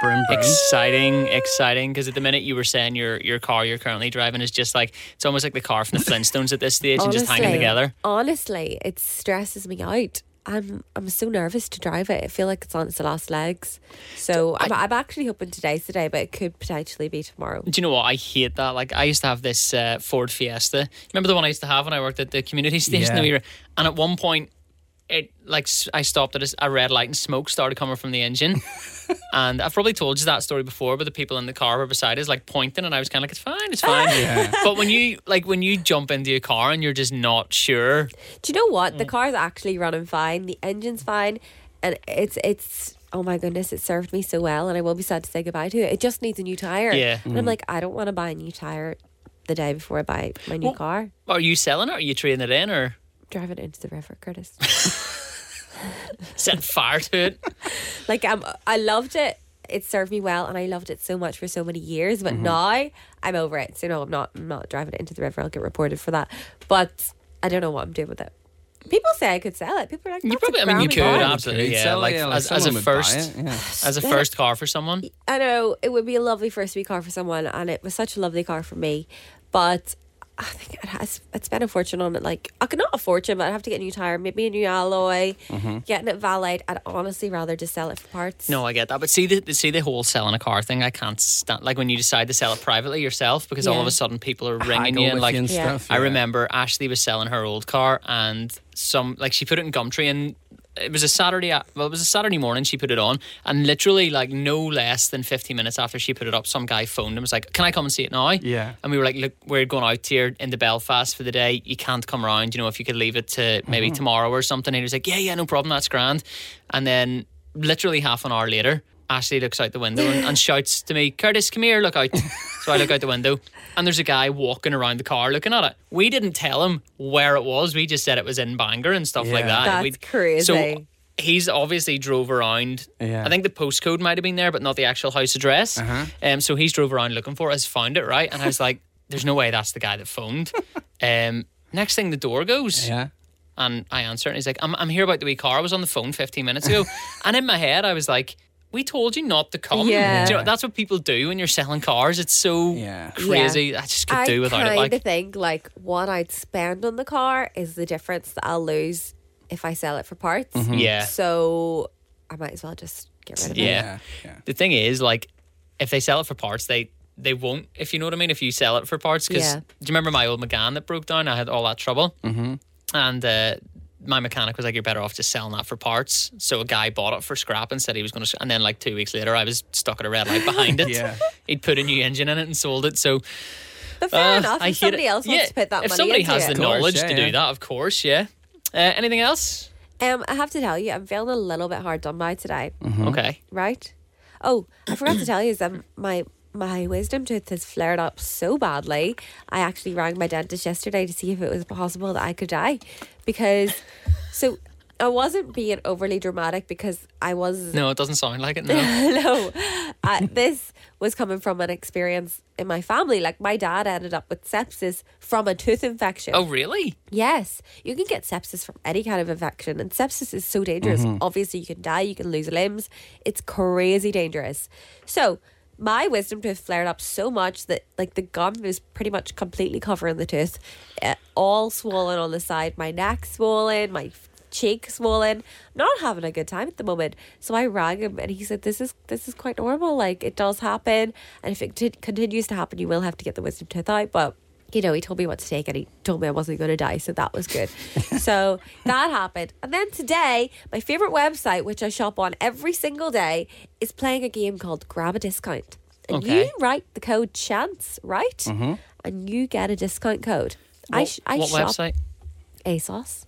S3: Brim, brim.
S1: exciting, exciting. Because at the minute you were saying your your car you're currently driving is just like it's almost like the car from the Flintstones at this stage and just hanging together.
S2: Honestly, it stresses me out. I'm I'm so nervous to drive it. I feel like it's on its last legs. So I, am I'm actually hoping today's the day, but it could potentially be tomorrow.
S1: Do you know what? I hate that. Like I used to have this uh, Ford Fiesta. Remember the one I used to have when I worked at the community station?
S3: Yeah.
S1: We were, and at one point, it like s- I stopped at a s- a red light and smoke started coming from the engine. and I've probably told you that story before, but the people in the car were beside us like pointing, and I was kind of like, "It's fine, it's fine." But when you like when you jump into your car and you're just not sure,
S2: Do you know what?
S1: Mm.
S2: The car's actually running fine. The engine's fine, and it's it's. Oh my goodness, it served me so well, and I will be sad to say goodbye to it. It just needs a new tire.
S1: Yeah. Mm.
S2: and I'm like, I don't want to buy a new tire the day before I buy my new car.
S1: are you selling it? Are you trading it in, or
S2: Drive it into the river, Curtis.
S1: setting fire to it?
S2: Like um, I loved it. It served me well, and I loved it so much for so many years. But now I'm over it. So no, I'm not. I'm not driving it into the river. I'll get reported for that. But I don't know what I'm doing with it. People say I could sell it. People are like,
S1: You
S2: That's
S1: probably,
S2: a
S1: I mean, you
S2: grand
S1: could uh,
S2: prize."
S1: absolutely,
S3: Could
S1: yeah.
S3: sell it,
S1: like,
S3: yeah, like
S1: as, as a
S3: someone would buy
S1: first,
S3: it, yeah.
S1: as a first car for someone.
S2: I know it would be a lovely first week car for someone, and it was such a lovely car for me. But I think it has, I'd spend a fortune on it. Like, I could not a fortune, but I'd have to get a new tire, maybe a new alloy, getting it valeted. I'd honestly rather just sell it for parts.
S1: No, I get that, but see the the- see the whole selling a car thing. I can't stand like when you decide to sell it privately yourself because all
S2: Yeah.
S1: of a sudden people are ringing
S3: Haggle
S1: you
S3: with
S1: and like.
S3: you and
S2: Yeah.
S3: stuff.
S1: I
S3: yeah.
S1: remember Ashley was selling her old car and some like she put it in Gumtree and it was a Saturday a- well it was a Saturday morning she put it on and literally like no less than 15 minutes after she put it up some guy phoned and was like can I come and see it now
S3: Yeah.
S1: and we were like look we're going out here into Belfast for the day you can't come around you know if you could leave it to maybe tomorrow or something and he was like yeah yeah no problem that's grand and then literally half an hour later Ashley looks out the window and, and shouts to me, Curtis, come here, look out. So I look out the window and there's a guy walking around the car looking at it. We didn't tell him where it was. We just said it was in Bangor and stuff like
S3: Yeah.
S1: that. And
S2: That's
S1: we-
S2: crazy.
S1: So he's obviously drove around.
S3: Yeah. Uh-huh.
S1: I think the postcode might have been there, but not the actual house address. Um, so he's drove around looking for us, found it, right? And I was like, there's no way that's the guy that phoned. Um, next thing, the door goes.
S3: Yeah.
S1: And I answer, and he's like, I'm, I'm here about the wee car. I was on the phone 15 minutes ago. and in my head, I was like, we told you not to come.
S2: Yeah.
S1: Do you know, that's what people do when you're selling cars. It's so
S3: Yeah.
S1: crazy. I just could
S2: I
S1: do without it.
S2: kinda
S1: Like,
S2: think like what I'd spend on the car is the difference that I'll lose if I sell it for parts.
S1: Mm-hmm. yeah.
S2: So I might as well just get rid of it.
S1: Yeah.
S3: Yeah.
S1: The thing is, like, if they sell it for parts, they they won't. If you know what I mean, if you sell it for parts, because
S2: Yeah.
S1: do you remember my old McGann that broke down? I had all that trouble, mm-hmm. and uh, my mechanic was like, "You're better off just selling that for parts." So a guy bought it for scrap and said he was going to, and then like two weeks later, I was stuck at a red light behind it.
S3: Yeah.
S1: He'd put a new engine in it and sold it. So
S2: But fair
S1: uh,
S2: enough,
S1: I hate
S2: if somebody
S1: it.
S2: else
S1: Yeah,
S2: wants to put that
S1: if
S2: money
S1: somebody
S2: into
S1: has
S2: it.
S1: the
S3: Of course,
S1: knowledge
S3: yeah,
S1: to
S3: yeah.
S1: do that, of course, yeah. Uh, anything else?
S2: um, I have to tell you, I'm feeling a little bit hard done by today,
S3: Mm-hmm.
S1: Okay.
S2: right? Oh, I forgot to tell you, is um, my my wisdom tooth has flared up so badly. I actually rang my dentist yesterday to see if it was possible that I could die, because so I wasn't being overly dramatic because I was
S1: No, it doesn't sound like it. No.
S2: no, uh, this was coming from an experience in my family. Like my dad ended up with sepsis from a tooth infection.
S1: oh, really?
S2: Yes, you can get sepsis from any kind of infection, and sepsis is so dangerous. Obviously, you can die, you can lose limbs. It's crazy dangerous. So, my wisdom tooth flared up so much that like the gum is pretty much completely covering the tooth, uh, all swollen on the side. My neck swollen, my f- cheek swollen. Not having a good time at the moment. So I rang him, and he said, "This is this is quite normal. Like it does happen, and if it t- continues to happen, you will have to get the wisdom tooth out." But you know, he told me what to take and he told me I wasn't going to die. So that was good. so that happened. And then today, my favorite website, which I shop on every single day, is playing a game called Grab a Discount. And
S1: Okay. Mm-hmm.
S2: you write the code CHANCE, right? And you get a discount code. I,
S1: What,
S2: sh- I
S1: what
S2: shop
S1: website? Oh.
S2: ASOS.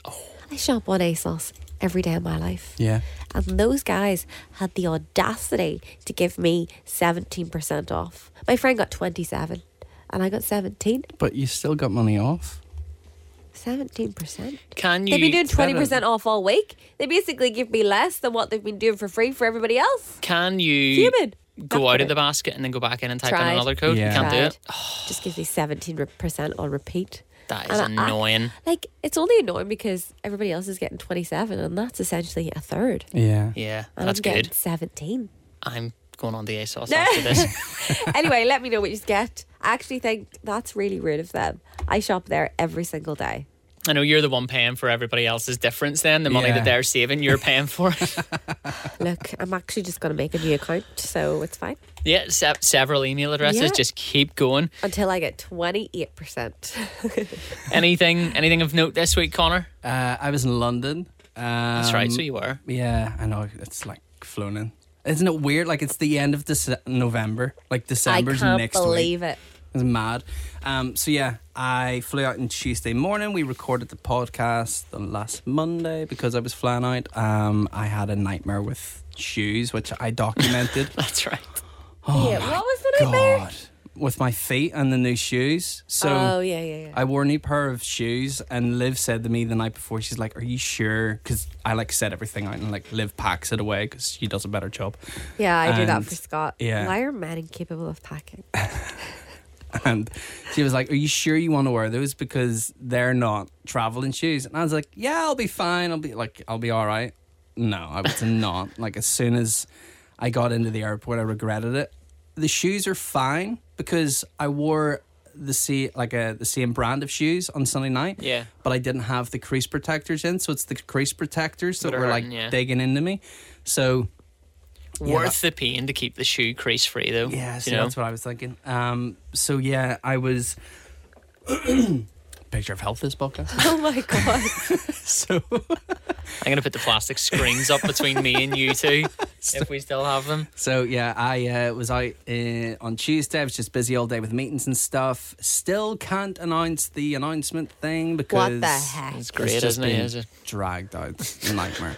S2: I shop on ASOS every day of my life.
S3: Yeah.
S2: And those guys had the audacity to give me 17% off. My friend got 27 and I got 17.
S3: But you still got money off.
S2: 17%.
S1: Can
S2: They've been
S1: you
S2: doing 20% off all week. They basically give me less than what they've been doing for free for everybody else.
S1: can you
S2: Human.
S1: go
S2: Back
S1: out
S2: to
S1: of the
S2: it.
S1: basket and then go back in and type in
S2: Tried.
S1: another code?
S3: Yeah.
S1: You can't do it.
S2: Tried. Just gives me 17% on repeat.
S1: That is
S2: And I-
S1: annoying.
S2: Like, it's only annoying because everybody else is getting 27 and that's essentially a third.
S3: Yeah.
S1: yeah,
S2: And
S1: that's
S2: I'm getting
S1: good.
S2: 17.
S1: I'm going on the ASOS
S2: No.
S1: after this.
S2: anyway, let me know what you get. I actually think that's really rude of them. I shop there every single day.
S1: I know you're the one paying for everybody else's difference. Then the money
S3: Yeah.
S1: that they're saving, you're paying for.
S2: Look, I'm actually just going to make a new account, so it's fine.
S1: yeah, se- several email addresses.
S2: Yeah.
S1: Just keep going.
S2: Until I get 28%.
S1: Anything, anything of note this week, Connor?
S3: Uh, I was in London. Um,
S1: That's right. So you were.
S3: Yeah, I know. It's like flown in. Isn't it weird? Like it's the end of Dece- November. Like December's
S2: I can't
S3: next week.
S2: believe it.
S3: It's mad. Um, so yeah, I flew out on Tuesday morning. We recorded the podcast on last Monday because I was flying out. Um, I had a nightmare with shoes, which I documented.
S1: That's right.
S2: yeah, what was the nightmare?
S3: Oh God, with my feet and the new shoes. So
S2: oh yeah, yeah, yeah.
S3: I wore a new pair of shoes, and Liv said to me the night before, she's like, "Are you sure?" Because I like set everything out, and like Liv packs it away because she does a better job.
S2: yeah, I do that
S3: and-
S2: for Scott.
S3: yeah.
S2: Why are men incapable of packing?
S3: And she was like, Are you sure you want to wear those? Because they're not traveling shoes. And I was like, Yeah, I'll be fine. I'll be like, I'll be all right. No, I was not. Like, as soon as I got into the airport, I regretted it. The shoes are fine because I wore the same like a the same brand of shoes on Sunday night.
S1: Yeah.
S3: But I didn't have the crease protectors in, so it's the crease protectors that
S1: That are
S3: were like
S1: hurting, yeah.
S3: digging into me. So
S1: Worth the pain to keep the shoe crease free, though.
S3: yeah,
S1: you
S3: so
S1: know?
S3: that's what I was thinking. Um, so yeah, I was picture of health this podcast.
S2: Oh my god!
S3: so
S1: I'm gonna put the plastic screens up between me and you two if we still have them.
S3: so yeah, I uh, was out uh, on Tuesday. I was just busy all day with meetings and stuff. Still can't announce the announcement thing because
S2: what the heck?
S1: It's great,
S3: it's just
S1: isn't it?
S3: been
S1: Is it?
S3: dragged out It's a nightmare.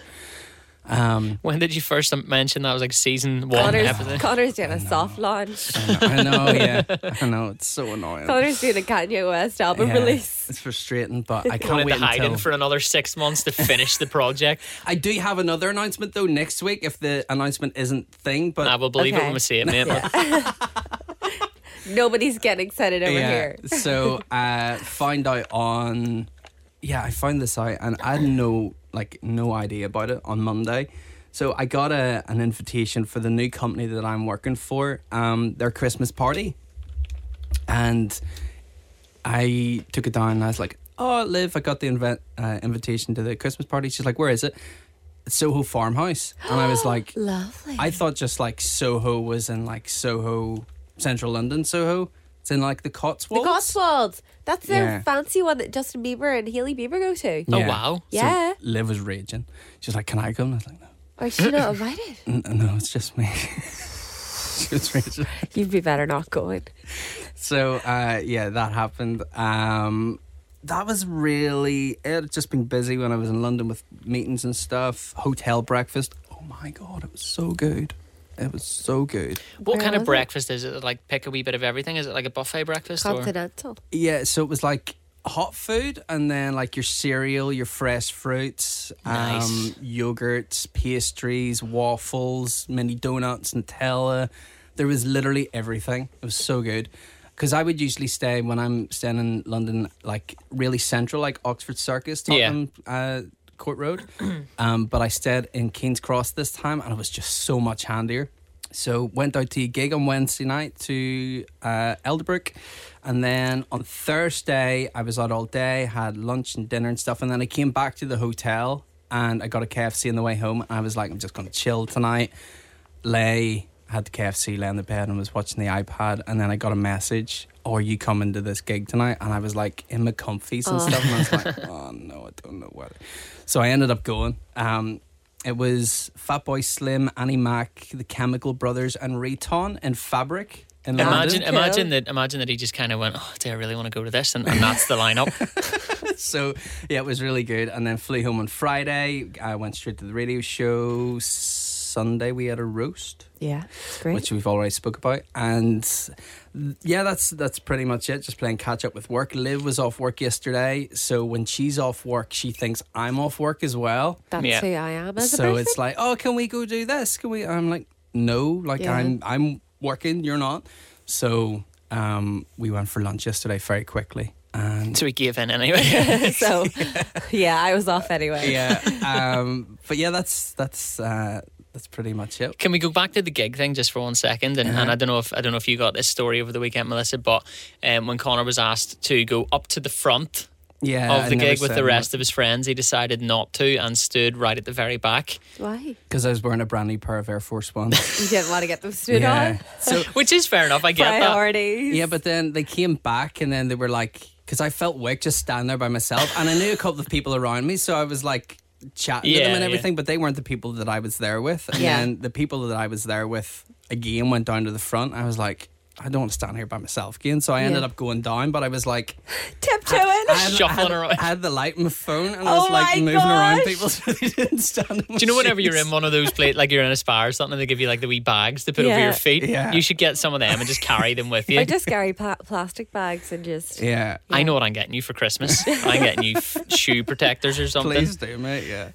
S3: Um,
S1: When did you first mention that? It was like season one
S2: Connor's,
S1: episode.
S2: Connor's doing a soft launch.
S3: I know, yeah, I know. It's so annoying.
S2: Connor's doing a Kanye West album
S3: Yeah,
S2: release.
S3: It's frustrating, but I can't
S1: Wanted
S3: wait
S1: to hide
S3: until
S1: in for another six months to finish the project.
S3: I do have another announcement though next week if the announcement isn't thing, but
S1: I will believe it
S2: Okay.
S1: when we see it, mate.
S2: Nobody's getting excited over here.
S3: so uh find out on yeah, I found this out and I had no like no idea about it on Monday. So I got a an invitation for the new company that I'm working for, um, their Christmas party. And I took it down and I was like, Oh, Liv, I got the inve- uh, invitation to the Christmas party. She's like, Where is it? It's Soho Farmhouse. And I was like,
S2: Lovely.
S3: I thought just like Soho was in like Soho, central London, Soho. It's in like the
S2: the
S3: Cotswolds.
S2: Cotswolds. That's their
S3: Yeah.
S2: fancy one that Justin Bieber and Hailey Bieber go to.
S1: Oh, wow.
S2: Yeah.
S3: So Liv was raging. She was like, "Can I come?" I was like, "No,
S2: Or Oh, is she not invited?
S3: N- no, it's just me." she was raging.
S2: You'd be better not going.
S3: So uh, yeah, that happened. Um, that was really it. had Just been busy when I was in London with meetings and stuff. Hotel breakfast. Oh my god, it was so good. It was so good.
S1: What
S2: Where
S1: kind of
S2: was it?
S1: breakfast is it? Like pick a wee bit of everything? Is it like a buffet breakfast? or-
S2: Continental.
S3: Yeah, so it was like hot food and then like your cereal, your fresh fruits,
S1: Nice.
S3: um, yogurts, pastries, waffles, mini donuts, Nutella. There was literally everything. It was so good. Because I would usually stay when I'm staying in London, like really central, like Oxford Circus,
S1: Yeah.
S3: Tottenham uh, Court Road. um, but I stayed in King's Cross this time and it was just so much handier. So went out to a gig on Wednesday night to uh, Elderbrook, and then on Thursday I was out all day, had lunch and dinner and stuff, and then I came back to the hotel and I got a KFC on the way home. And I was like, I'm just gonna chill tonight. Lay had the KFC, lay on the bed, and was watching the iPad, and then I got a message "Oh, are you coming to this gig tonight?" And I was like in my comfies and stuff, and I was like, "Oh no, I don't know whether." So I ended up going. Um, it was Fatboy Slim, Annie Mac, the Chemical Brothers, and Rayton in Fabric. In
S1: Imagine,
S3: London.
S1: imagine that. Imagine that he just kind of went, "Oh, do I really want to go to this?" And, and that's the lineup.
S3: so yeah, it was really good. And then flew home on Friday. I went straight to the radio show. Sunday we had a roast.
S2: Yeah, it's great.
S3: which we've already spoke about. And th- yeah, that's that's pretty much it. Just playing catch up with work. Liv was off work yesterday, so when she's off work, she thinks I'm off work as well.
S2: That's
S1: Yeah.
S2: who I am as a
S3: So
S2: person.
S3: it's like, oh, can we go do this? Can we? I'm like, no, like
S2: Yeah.
S3: I'm I'm working. You're not. So um, we went for lunch yesterday very quickly, and
S1: so we gave in anyway.
S2: so yeah, I was off anyway.
S3: yeah, um, but yeah, that's that's uh, that's pretty much it.
S1: Can we go back to the gig thing just for one second? And,
S2: Uh-huh.
S1: and I don't know if I don't know if you got this story over the weekend, Melissa, but um, when Connor was asked to go up to the front
S3: Yeah,
S1: of the gig with the
S3: um,
S1: rest of his friends, he decided not to and stood right at the very back,
S2: Why?
S3: because I was wearing a brand new pair of Air Force One.
S2: You didn't want to get them stood on.
S3: so
S1: which is fair enough. I get that.
S2: Priorities.
S3: Yeah, but then they came back and then they were like, because I felt weak just standing there by myself. And I knew a couple of people around me. So I was like chatting to
S1: Yeah,
S3: them and
S1: yeah.
S3: everything, but they weren't the people that I was there with. And
S2: Yeah.
S3: then the people that I was there with again went down to the front. I was like, I don't want to stand here by myself again. So I ended
S2: Yeah.
S3: up going down, but I was like,
S2: tiptoeing.
S3: I had, I
S1: Shuffling
S3: had-
S1: around.
S3: I had the light on my phone and I
S2: Oh
S3: was like
S2: my
S3: moving around
S2: gosh.
S3: people so they didn't stand. in my
S1: Do you know whenever you're
S3: shoes.
S1: in one of those places, like you're in a spa or something, and they give you like the wee bags to put over
S2: Yeah.
S1: your feet?
S3: Yeah.
S1: You should get some of them and just carry them with you.
S2: Or just carry pla- plastic bags and just.
S3: Yeah.
S1: I know what I'm getting you for Christmas. I'm getting you f- shoe protectors or something.
S3: Please do, mate. Yeah.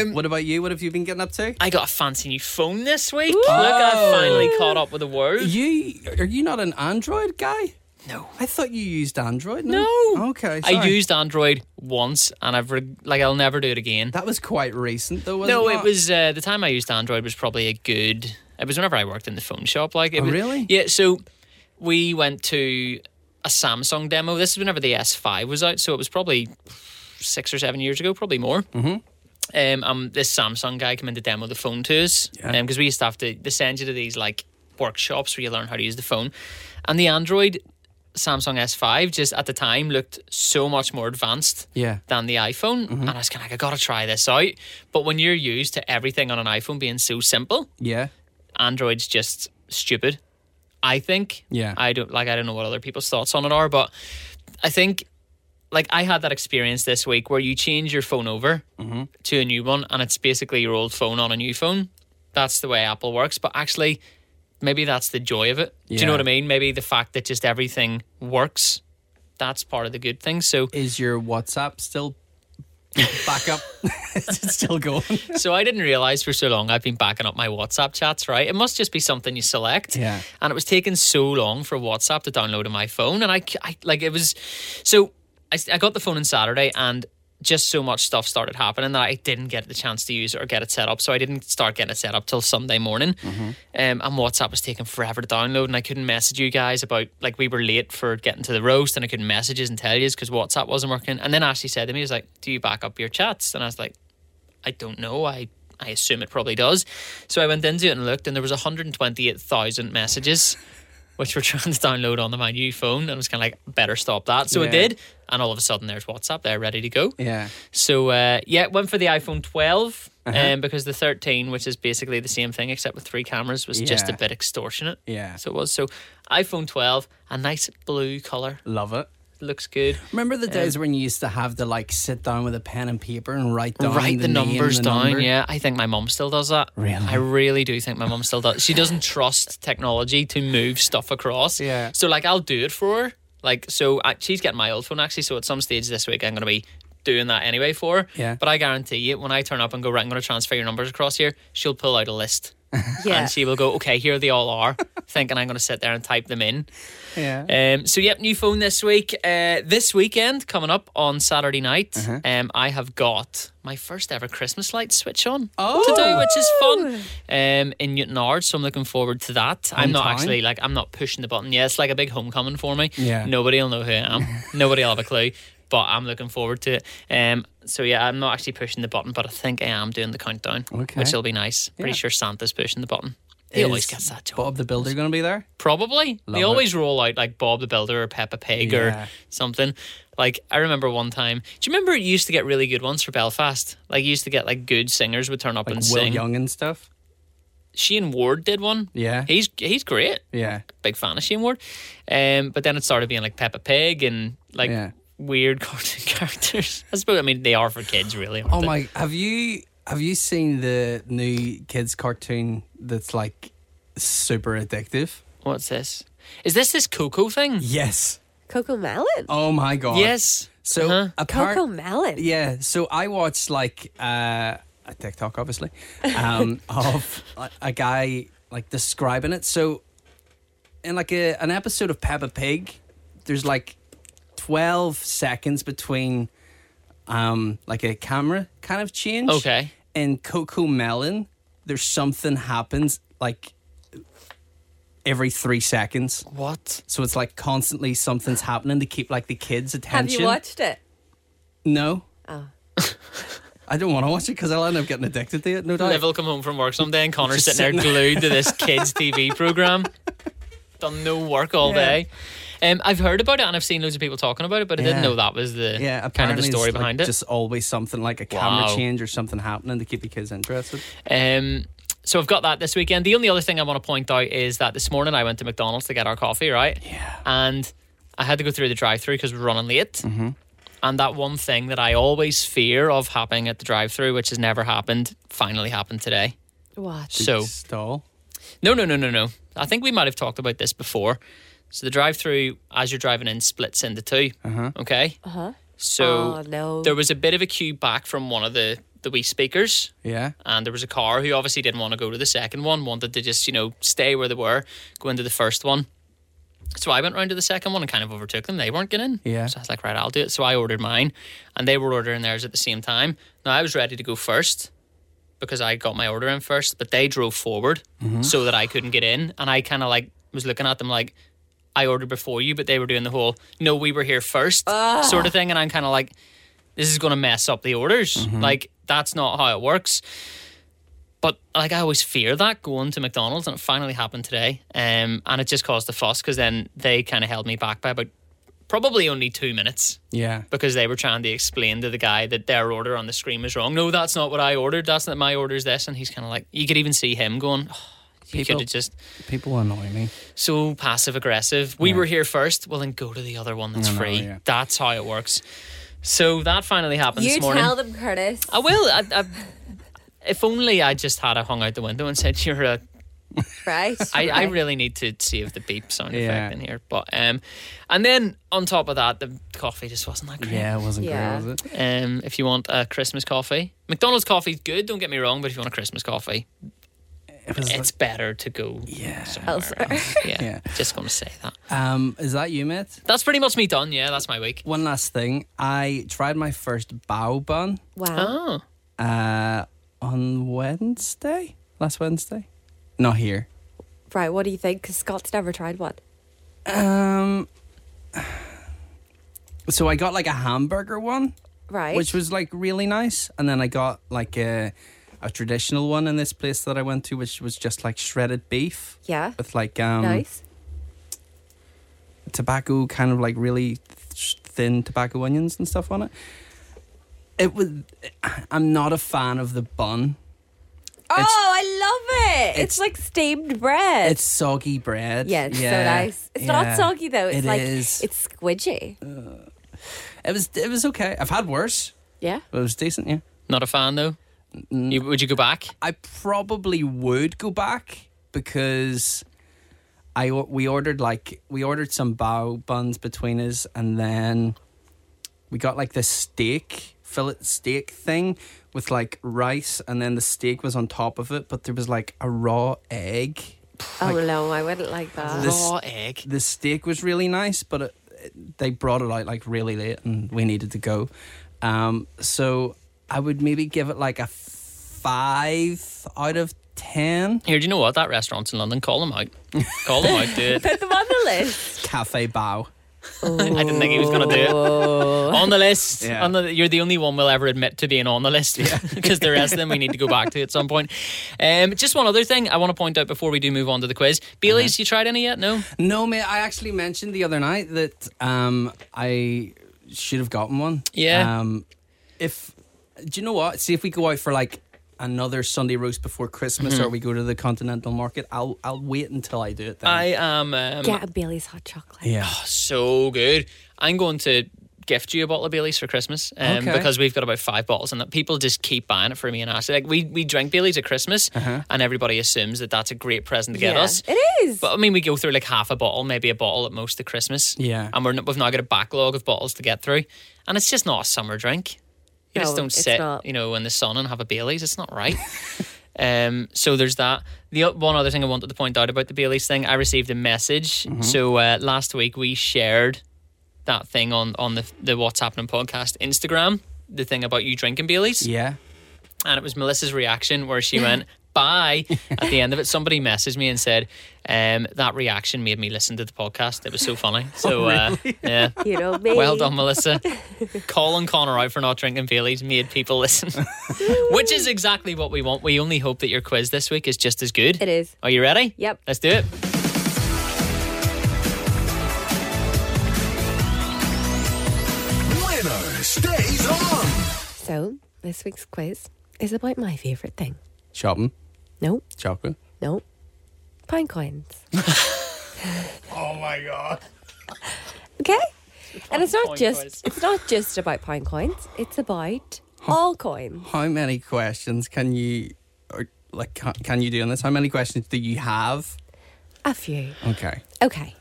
S1: Um,
S3: What about you? What have you been getting up to?
S1: I got a fancy new phone this week. Look, I finally caught up with the world.
S3: You are you not an Android guy?
S1: No.
S3: I thought you used Android.
S1: No.
S3: Okay.
S1: I
S3: sorry.
S1: used Android once, and I've re- like I'll never do it again.
S3: That was quite recent, though. Wasn't
S1: No,
S3: it,
S1: it was uh, the time I used Android was probably a good. It was whenever I worked in the phone shop. Like, it
S3: Oh,
S1: was-
S3: really?
S1: Yeah. So we went to a Samsung demo. This is whenever the S5 was out, so it was probably six or seven years ago, probably more. Mm-hmm. Um, um, this Samsung guy came in to demo the phone to us because
S3: Yeah.
S1: we used to have to they send you to these like workshops where you learn how to use the phone, and the Android Samsung S5 just at the time looked so much more advanced
S3: Yeah. Mm-hmm.
S1: than the iPhone. And I was kind of like, I gotta try this out. But when you're used to everything on an iPhone being so simple,
S3: Yeah.
S1: Android's just stupid. I think.
S3: Yeah.
S1: I don't like. I don't know what other people's thoughts on it are, but I think like I had that experience this week where you change your phone over
S3: Mm-hmm.
S1: to a new one, and it's basically your old phone on a new phone. That's the way Apple works. But actually, maybe that's the joy of it. Do you know
S3: Yeah.
S1: what I mean? Maybe the fact that just everything works. That's part of the good thing. So
S3: Is your WhatsApp still back up? Is it still going?
S1: So I didn't realize for so long I've been backing up my WhatsApp chats, right? It must just be something you select.
S3: Yeah.
S1: And it was taking so long for WhatsApp to download to my phone. And I, c- I- like, it was. So I, s- I got the phone on Saturday and just so much stuff started happening that I didn't get the chance to use it or get it set up. So I didn't start getting it set up till Sunday morning. Um, and WhatsApp was taking forever to download. And I couldn't message you guys about, like, we were late for getting to the roast and I couldn't message yous and tell you because WhatsApp wasn't working. And then Ashley said to me, he was like, Do you back up your chats? And I was like, I don't know. I I assume it probably does. So I went into it and looked, and there was 128,000 messages which were trying to download onto my new phone, and I was kind of like, better stop that. So I
S3: Yeah.
S1: did, and all of a sudden there's WhatsApp there ready to go.
S3: Yeah.
S1: So uh, yeah, went for the iPhone 12
S3: Uh-huh.
S1: um, because the 13, which is basically the same thing except with three cameras, was just a
S3: Yeah.
S1: bit extortionate.
S3: Yeah.
S1: So it was. So iPhone 12, a nice blue color,
S3: Love it.
S1: looks good.
S3: Remember the days when you used to have to like sit down with a pen and paper and write down
S1: write the,
S3: name,
S1: numbers
S3: the
S1: down.
S3: number?
S1: Yeah, I think my mum still does that.
S3: Really?
S1: I really do think my mum still does. She doesn't trust technology to move stuff across.
S3: Yeah.
S1: So like, I'll do it for her. Like, so I, she's getting my old phone actually. So at some stage this week, I'm gonna be doing that anyway for her.
S3: Yeah.
S1: But I guarantee you, when I turn up and go right, I'm gonna transfer your numbers across here, she'll pull out a list.
S2: Yeah.
S1: And she will go, okay, here they all are, thinking I'm going to sit there and type them in.
S3: Yeah.
S1: Um, so, yep, new phone this week. Uh, this weekend, coming up on Saturday night,
S3: Uh-huh.
S1: um, I have got my first ever Christmas light switch on
S3: Oh.
S1: to do, which is fun um, in Newtonard. So, I'm looking forward to that. I'm not
S3: time.
S1: actually like, I'm not pushing the button. Yeah, it's like a big homecoming for me.
S3: Yeah.
S1: Nobody will know who I am, nobody will have a clue, but I'm looking forward to it. Um, so, yeah, I'm not actually pushing the button, but I think I am doing the countdown,
S3: Okay.
S1: which will be nice. Pretty
S3: Yeah.
S1: sure Santa's pushing the button. He always gets that job.
S3: Bob the Builder going to be there?
S1: Probably. they
S3: it.
S1: always roll out like Bob the Builder or Peppa Pig
S3: Yeah.
S1: or something. Like I remember one time. Do you remember it used to get really good ones for Belfast? Like you used to get like good singers would turn up
S3: Like
S1: and
S3: Will
S1: sing.
S3: Young and stuff.
S1: Shane Ward did one.
S3: Yeah.
S1: He's he's great.
S3: Yeah.
S1: Big fan of Shane Ward. Um but then it started being like Peppa Pig and like
S3: Yeah.
S1: weird cartoon characters. I suppose I mean they are for kids really. Aren't
S3: Oh
S1: they?
S3: my! Have you have you seen the new kids cartoon that's like super addictive?
S1: What's this? Is this this Coco thing?
S3: Yes.
S2: Coco Melon.
S3: Oh my god.
S1: Yes.
S3: So
S1: Uh-huh.
S3: apart-
S2: Coco Melon.
S3: Yeah. So I watched like uh, a TikTok, obviously, um, of a- a guy like describing it. So in like a, an episode of Peppa Pig, there's like twelve seconds between um, like a camera kind of change.
S1: Okay.
S3: In Coco Melon, there's something happens like every three seconds.
S1: What?
S3: So it's like constantly something's happening to keep like the kids'
S2: Have
S3: attention.
S2: you watched it?
S3: No. Oh. I don't want to watch it because I'll end up getting addicted to it. No doubt.
S1: Liv will come home from work someday and Connor's
S3: Just
S1: sitting there glued to this kids' TV program. Done no work all day. Um, I've heard about it and I've seen loads of people talking about it, but I
S3: Yeah.
S1: didn't know that was the
S3: Yeah, apparently
S1: kind of the
S3: it's,
S1: story
S3: like,
S1: behind it.
S3: Just always something like a camera
S1: Wow.
S3: change or something happening to keep the kids interested.
S1: Um, so I've got that this weekend. The only other thing I want to point out is that this morning I went to McDonald's to get our coffee, right? Yeah. And I had to go through the drive-through because we're running late. Mm-hmm. And that one thing that I always fear of happening at the drive-through, which has never happened, finally happened today.
S2: What?
S1: So
S3: stall.
S1: No, no, no, no, no. I think we might have talked about this before. So the drive-through, as you're driving in, splits into 2 Okay. Uh huh. So
S2: Oh, no.
S1: there was a bit of a queue back from one of the the wee speakers,
S3: Yeah.
S1: and there was a car who obviously didn't want to go to the second one, wanted to just you know stay where they were, go into the first one. So I went round to the second one and kind of overtook them. They weren't getting in.
S3: Yeah.
S1: So I was like, right, I'll do it. So I ordered mine, and they were ordering theirs at the same time. Now I was ready to go first because I got my order in first, but they drove forward so that I couldn't get in, and I kind of like was looking at them like. I ordered before you, but they were doing the whole "no, we were here first sort of thing, and I'm kind of like, this is going to mess up the orders. Like that's not how it works. But like I always fear that going to McDonald's, and it finally happened today, um, and it just caused a fuss because then they kind of held me back by about probably only two minutes
S3: Yeah.
S1: because they were trying to explain to the guy that their order on the screen was wrong. No, that's not what I ordered. That's not my order's this, and he's kind of like you could even see him going. Oh, you
S3: People-
S1: could have just
S3: People annoy me.
S1: so passive aggressive. We were here first. Well, then go to the other one that's
S3: I know,
S1: free.
S3: yeah.
S1: That's how it works. So that finally happened
S2: You
S1: this morning.
S2: tell them, Curtis.
S1: I
S3: Oh,
S1: will. I, I, if only I just had a hung out the window and said, "You're a."
S2: Right.
S1: I, I
S2: right.
S1: really need to save the beep sound
S3: Yeah.
S1: effect in here, but um, and then on top of that, the coffee just wasn't that great.
S3: Yeah, it wasn't
S2: Yeah.
S3: great, was it?
S1: Um, if you want a Christmas coffee, McDonald's coffee's good. Don't get me wrong, but if you want a Christmas coffee,
S3: It was
S1: it's better to go.
S3: Yeah.
S1: somewhere
S2: Elsewhere.
S1: else. Yeah,
S3: Yeah.
S1: Just gonna say that.
S3: um, is that you, mate?
S1: That's pretty much me done. Yeah, that's my week.
S3: One last thing. I tried my first bao bun
S2: Wow.
S1: Oh,
S3: uh, on Wednesday. Last Wednesday. Not here.
S2: Right. What do you think? Because Scott's never tried one.
S3: Um. So I got like a hamburger one,
S2: Right.
S3: which was like really nice, and then I got like a a traditional one in this place that I went to, which was just like shredded beef
S2: yeah.
S3: with like um
S2: nice.
S3: tobacco, kind of like really th- thin tobacco onions and stuff on it. It was. I'm not a fan of the bun.
S2: Oh, I love it. It's,
S3: it's-
S2: like steamed bread.
S3: It's soggy bread.
S2: yeah, it's so nice. It's not
S3: yeah.
S2: soggy though. It's
S3: It
S2: like
S3: is.
S2: it's squidgy.
S3: It was. It was okay. I've had worse,
S2: Yeah.
S3: but it was decent. Yeah.
S1: not a fan though. You, would you go back?
S3: I probably would go back because I o- we ordered like we ordered some bao buns between us, and then we got like this steak fillet steak thing with like rice, and then the steak was on top of it, but there was like a raw egg.
S2: Oh no, I wouldn't like that.
S3: This-
S1: Raw Oh, egg.
S3: The steak was really nice, but it, it- they brought it out like really late, and we needed to go. Um, so I would maybe give it like a five out of ten.
S1: Here, do you know what? That restaurant's in London. Call them out. Call them out, dude.
S2: Put them on the list.
S3: Cafe Bao.
S1: I didn't think he was going to do it. On the list.
S3: Yeah.
S1: On the, you're the only one we'll ever admit to being on the list because the rest of them we need to go back to at some point. Um, just one other thing I want to point out before we do move on to the quiz. Bailey's, you tried any yet? No?
S3: Uh-huh. No, mate. I actually mentioned the other night that um, I should have gotten one.
S1: Yeah.
S3: Um, if do you know what? See if we go out for like another Sunday roast before Christmas,
S1: Mm-hmm.
S3: or we go to the continental market. I'll I'll wait until I do it. Then.
S1: I am um,
S2: Get a Bailey's hot chocolate.
S3: yeah.
S1: so good. I'm going to gift you a bottle of Bailey's for Christmas um,
S3: Okay.
S1: because we've got about five bottles and that people just keep buying it for me and Ashley. Like we, we drink Bailey's at Christmas
S3: Uh-huh.
S1: and everybody assumes that that's a great present to get
S2: Yeah,
S1: us.
S2: It is.
S1: But I mean, we go through like half a bottle, maybe a bottle at most at Christmas.
S3: Yeah.
S1: And we're, n- we've now got a backlog of bottles to get through. And it's just not a summer drink. You just
S2: No,
S1: don't
S2: it's
S1: sit,
S2: not.
S1: you know, in the sun and have a Bailey's. It's not right. um, so there's that. The o- one other thing I wanted to point out about the Bailey's thing, I received a message. So uh, last week we shared that thing on, on the, the What's Happening podcast Instagram, the thing about you drinking Bailey's
S3: Yeah.
S1: and it was Melissa's reaction where she went bye at the end of it somebody messaged me and said um, that reaction made me listen to the podcast it was so funny so
S2: Oh,
S1: uh, yeah
S2: you know me.
S1: well done Melissa calling Connor out for not drinking Bailey's made people listen which is exactly what we want we only hope that your quiz this week is just as good
S2: It is.
S1: are you ready
S2: Yep.
S1: let's do it
S4: Leno stays on.
S2: So this week's quiz is about my favourite thing.
S3: Shopping.
S2: No,
S3: Chocolate.
S2: no, pound coins.
S4: Oh my god.
S2: Okay. And it's not
S1: Pound
S2: just
S1: coins.
S2: it's not just about pound coins. It's about all coins.
S3: How many questions can you, or like, can, can you do on this? How many questions do you have?
S2: A few.
S3: Okay.
S2: Okay.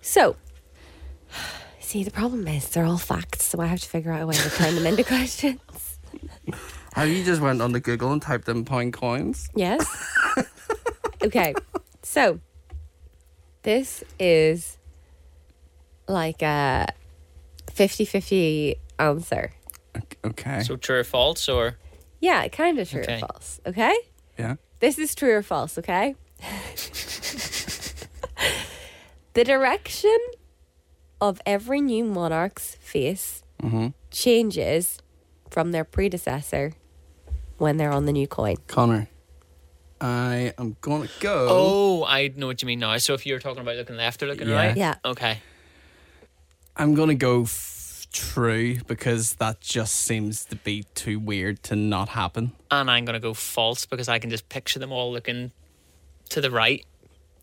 S2: So, see, the problem is they're all facts, so I have to figure out a way to turn them into questions.
S3: Have you just went on the Google and typed in pound coins?
S2: Yes. okay. So, this is like a 50 50 answer.
S3: Okay.
S1: so true or false or
S2: Yeah, kind of true
S1: Okay.
S2: or false. Okay.
S3: yeah.
S2: This is true or false. Okay. the direction of every new monarch's face
S1: Mm-hmm.
S2: changes from their predecessor when they're on the new coin.
S3: Connor, I am gonna go.
S1: oh I know what you mean now so if you're talking about looking left or looking
S3: Yeah.
S1: right
S2: Yeah.
S1: okay
S3: I'm gonna go f- true because that just seems to be too weird to not happen.
S1: and I'm going to go false because I can just picture them all looking to the right.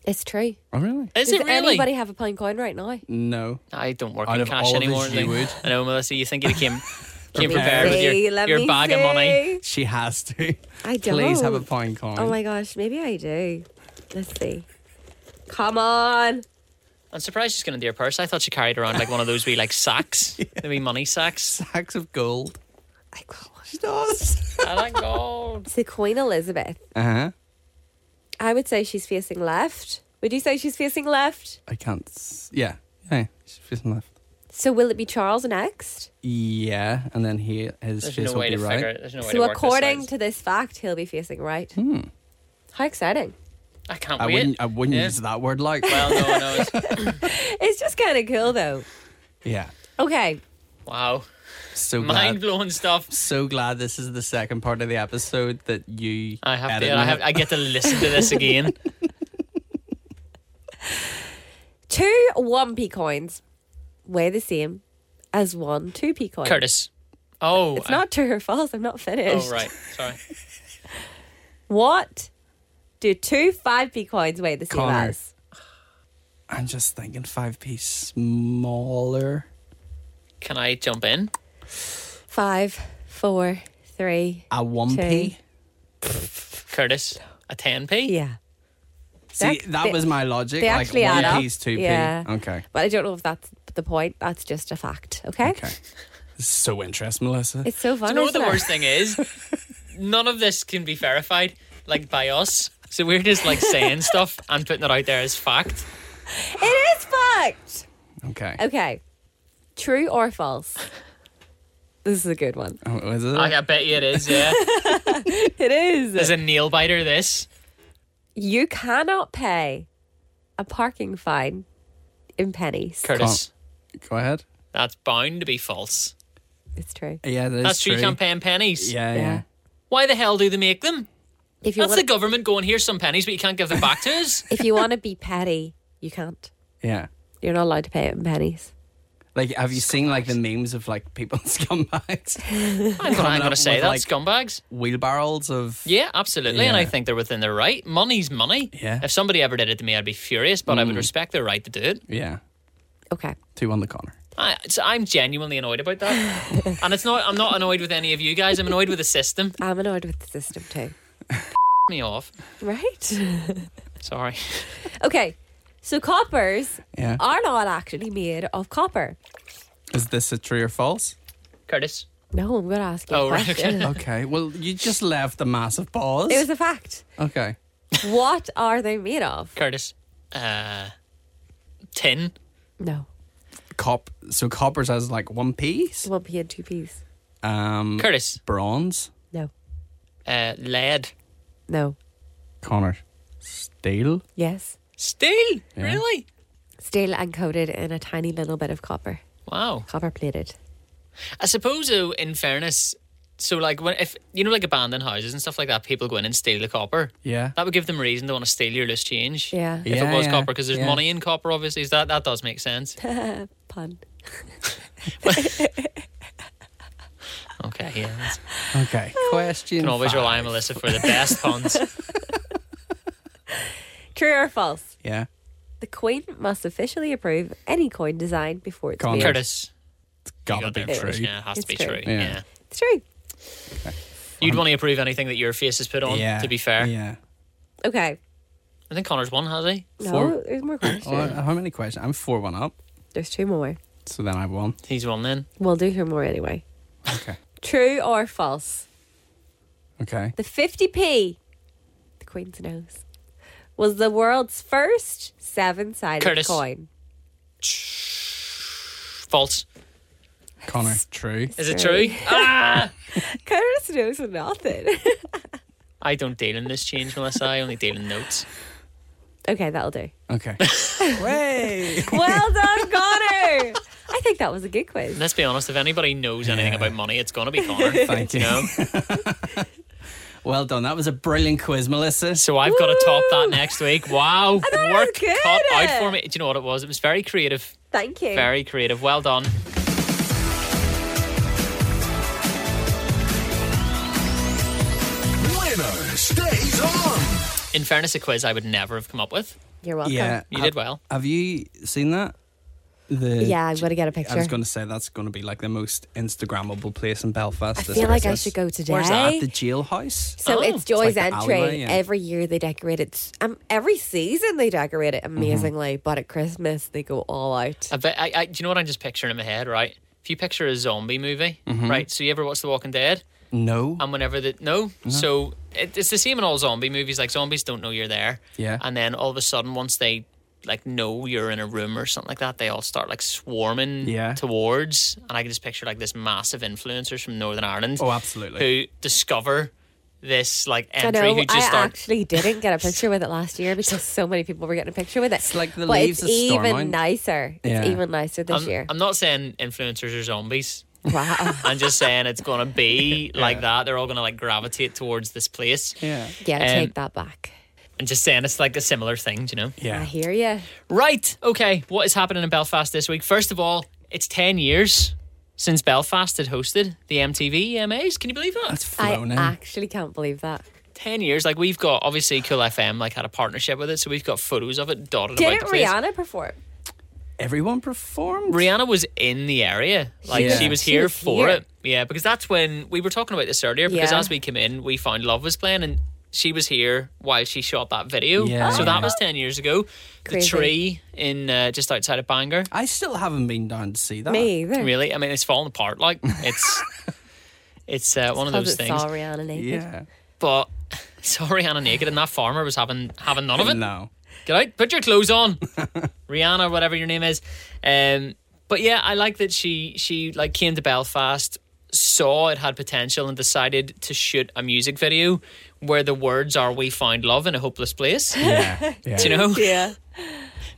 S2: It's true.
S3: Oh really?
S1: Is
S2: Does
S1: it really?
S2: anybody have a pound coin right now?
S3: No.
S1: I don't work
S3: Out
S1: in
S3: of
S1: cash
S3: all of
S1: anymore.
S3: these, you
S1: like-
S3: would.
S1: I know, Melissa. You think you came came
S3: me
S1: prepared with
S2: see,
S1: your,
S2: let
S1: your
S2: me
S1: bag of money?
S2: see.
S3: She has to.
S2: I
S3: Please have a
S2: don't.
S3: pound coin.
S2: Oh my gosh, maybe I do. Let's see. Come on.
S1: I'm surprised she's going to dear purse. I thought she carried around like one of those wee like sacks, the wee money sacks.
S3: Sacks of gold.
S2: I got one.
S3: She does.
S1: I like "Oh." gold.
S2: So Queen Elizabeth.
S3: uh huh.
S2: I would say she's facing left. Would you say she's facing left?
S3: I can't. S- yeah. Yeah. She's facing left.
S2: So will it be Charles next?
S3: Yeah, and then he his
S1: There's
S3: face
S1: no
S3: will
S1: way
S3: be
S1: to
S3: right.
S1: figure it. There's no way to
S2: so
S1: work
S2: according
S1: this Hmm.
S2: to this fact, he'll be facing right. How exciting.
S1: out. I can't
S3: I
S1: wait.
S3: wouldn't. I wouldn't
S1: Yeah.
S3: use that word. Like.
S1: Well, no, no. It's,
S2: It's just kind of cool though.
S3: yeah.
S2: Okay.
S1: wow.
S3: So glad.
S1: Mind blowing stuff.
S3: so glad this is the second part of the episode that you.
S1: I have
S3: edit
S1: to. I
S3: me.
S1: have. I get to listen to this again.
S2: Two 1p coins weigh the same as one 2p coin.
S1: Curtis. Oh,
S2: It's
S1: I-
S2: not true or false. I'm not finished.
S1: Oh, right. Sorry.
S2: What do two 5p coins weigh the same
S3: Connor.
S2: as?
S3: I'm just thinking five piece smaller.
S1: Can I jump in?
S2: Five, four, three.
S3: A one p.
S2: Okay.
S1: Curtis, a 10p?
S2: Yeah.
S3: See,
S2: They-
S3: that
S2: they-
S3: was my logic.
S2: they
S3: like
S2: actually
S3: one
S2: add up.
S3: piece, two p.
S2: Yeah.
S3: Okay.
S2: But I don't know if that's the point. That's just a fact. Okay.
S3: Okay. This is so interesting, Melissa.
S2: It's so
S1: Do
S2: fun.
S1: you know what
S2: isn't
S1: the
S2: it?
S1: worst thing is? None of this can be verified, like by us. So we're just like saying stuff and putting it out there as fact.
S2: It is fact.
S3: okay.
S2: Okay. True or false? This is a good one.
S3: Oh, is it?
S1: Like, I bet you it is, yeah.
S2: It is.
S1: There's a nail biter, this.
S2: You cannot pay a parking fine in pennies.
S1: Curtis,
S3: Go ahead.
S1: That's bound to be false.
S2: It's true.
S3: Yeah, that is
S1: That's
S3: true.
S1: true campaign pennies.
S3: Yeah, yeah.
S2: Yeah.
S1: Why the hell do they make them?
S2: If you
S1: That's the
S2: want,
S1: government going, here's some pennies, but you can't give them back to us.
S2: if you want to be petty, you can't.
S3: Yeah.
S2: You're not allowed to pay it in pennies.
S3: Like, have you seen like the memes of like people scumbags,
S1: I'm
S3: Coming
S1: going
S3: up
S1: to say
S3: with,
S1: that,
S3: like-
S1: scumbags.
S3: wheelbarrows of?
S1: Yeah, absolutely. And I
S3: Yeah.
S1: think they're within their right. Money's money.
S3: Yeah. Mm.
S1: If somebody ever did it to me, I'd be furious, but I would respect their right to do it.
S3: Yeah.
S2: Okay.
S3: Two on the corner.
S1: I, so I'm genuinely annoyed about that. and it's not, I'm not annoyed with any of you guys. I'm annoyed with the system.
S2: I'm annoyed with the system too.
S1: me off.
S2: Right?
S1: Sorry.
S2: Okay. So coppers
S3: Yeah.
S2: are not actually made of copper.
S3: Is this a true or false?
S1: Curtis.
S2: No, I'm going to ask you
S1: Oh,
S2: a
S1: right,
S2: question.
S3: Okay. Well, you just left the massive pause.
S2: It was a fact.
S3: okay.
S2: What are they made of?
S1: Curtis. Uh, tin.
S2: No.
S3: Cop. So coppers has like one piece.
S2: One P and two P's.
S3: Um,
S1: Curtis.
S3: bronze.
S2: No.
S1: Uh, lead.
S2: No.
S3: Connor. Steel.
S2: Yes.
S1: Steel. Really?
S2: Steel and coated in a tiny little bit of copper.
S1: Wow.
S2: Copper plated.
S1: I suppose, though, in fairness, so like when if you know, like abandoned houses and stuff like that, people go in and steal the copper.
S3: Yeah.
S1: That would give them reason to want to steal your loose change.
S2: Yeah.
S1: If
S3: Yeah,
S1: it was
S3: yeah,
S1: copper, because there's
S3: yeah.
S1: money in copper, obviously. Is that that does make sense?
S2: Pun.
S1: Okay, yeah. that's-
S3: Okay. Question.
S1: You can always
S3: five.
S1: rely on Melissa for the best puns.
S2: True or false?
S3: Yeah.
S2: The Queen must officially approve any coin design before it's
S3: Con-
S2: made.
S1: Curtis. you
S3: Gotta
S1: got
S3: be
S1: there
S3: true.
S1: first. Yeah, it has
S2: It's
S1: to be
S2: true.
S1: true.
S3: Yeah.
S1: Yeah.
S2: It's true.
S1: You'd want to approve anything that your face is put on,
S3: Yeah,
S1: to be fair.
S3: Yeah.
S2: Okay.
S1: I think Connor's won, has he?
S2: No,
S3: Four.
S2: there's more questions.
S3: Well, how many questions? I'm four one up.
S2: There's two more.
S3: So then I won.
S1: He's won then.
S2: We'll do two more anyway.
S3: Okay.
S2: True or false?
S3: Okay.
S2: The 50p, the Queen's nose, was the world's first seven sided
S1: Curtis.
S2: coin.
S1: False.
S3: Connor. True.
S1: Is it
S2: Sorry.
S1: true? ah!
S2: Curtis knows nothing.
S1: I don't deal in this change, Melissa. I only deal in notes.
S2: okay, that'll do.
S3: Okay. Way.
S2: Well done, Connor. I think that was a good quiz.
S1: Let's be honest, if anybody knows anything
S3: Yeah.
S1: about money, it's going to be Connor.
S3: Thank
S1: you
S3: you.
S1: know?
S3: Well done. That was a brilliant quiz, Melissa.
S1: So I've got to top
S2: Woo!
S1: that next week. Wow. Work
S2: it was good.
S1: cut out for me. Do you know what it was? It was very creative.
S2: Thank you.
S1: Very creative. Well done.
S4: Winner stays on.
S1: In fairness, a quiz I would never have come up with.
S2: You're welcome.
S3: yeah.
S1: You
S3: Ha-
S1: did well.
S3: Have you seen that? The
S2: Yeah, I'm going to get a picture.
S3: I was going to say that's going to be like the most Instagrammable place in Belfast.
S2: I
S3: this
S2: feel like I
S3: Christmas.
S2: should go today.
S3: Where's that? The jailhouse.
S2: So
S1: Oh,
S2: it's
S1: it's
S2: Joy's
S3: like the
S2: entry.
S3: alleyway, yeah.
S2: Every year they decorate it. Um, every season they decorate
S3: Mm-hmm.
S2: it amazingly, but at Christmas they go all out.
S1: I bet, I, I, do you know what I'm just picturing in my head, right? If you picture a zombie movie, right? So you ever watch The Walking Dead?
S3: No.
S1: And whenever the no,
S3: Uh-huh.
S1: so it, it's the same in all zombie movies. Like zombies don't know you're there.
S3: Yeah.
S1: And then all of a sudden, once they like know you're in a room or something like that, they all start like swarming
S3: Yeah.
S1: towards. And I can just picture like this massive influencers from Northern Ireland.
S3: Oh, absolutely.
S1: Who discover this like
S2: I
S1: entry?
S2: know.
S1: Who just
S2: I
S1: start
S2: actually didn't get a picture with it last year because so many people were getting a picture with it. It's
S3: like the
S2: but
S3: leaves
S2: it's
S3: of
S2: even
S3: Stormont.
S2: nicer. It's
S3: Yeah.
S2: even nicer this
S1: I'm,
S2: year.
S1: I'm not saying influencers are zombies.
S2: wow.
S1: I'm just saying it's gonna be like that. They're all gonna like gravitate towards this place.
S3: Yeah.
S2: Yeah,
S1: Um,
S2: take that back.
S1: And just saying it's like a similar thing, do you know?
S2: I
S3: Yeah.
S2: hear you.
S1: Right. Okay. What is happening in Belfast this week? First of all, it's 10 years since Belfast had hosted the MTV EMAs. E Can you believe that?
S3: That's
S2: I
S3: flown in.
S2: actually can't believe that.
S1: 10 years. Like, we've got, obviously, Cool FM, like, had a partnership with it. So we've got photos of it dotted about
S2: Didn't
S1: the place.
S2: Rihanna perform?
S3: Everyone performed.
S1: Rihanna was in the area. Like
S3: Yeah.
S1: she was
S2: She
S1: here
S2: was
S1: for
S2: here.
S1: it. Yeah, because that's when we were talking about this earlier. Because
S2: Yeah.
S1: as we came in, we found Love was playing and she was here while she shot that video.
S3: Yeah.
S1: So
S3: Oh.
S1: that was 10 years ago.
S2: Crazy.
S1: The tree in uh, just outside of Bangor.
S3: I still haven't been down
S1: Uh,
S3: to see that.
S2: Me either.
S1: Really? I mean, it's falling apart. Like, it's. It's uh, one of
S2: Because
S1: those
S2: it
S1: things,
S2: saw Rihanna naked.
S3: Yeah.
S1: but saw Rihanna naked, and that farmer was having having none of it.
S3: No.
S1: Get out, put your clothes on, Rihanna, whatever your name is. Um, but yeah, I like that she she like came to Belfast, saw it had potential, and decided to shoot a music video where the words are "We found love in a hopeless place."
S3: Yeah. yeah.
S1: Do you know?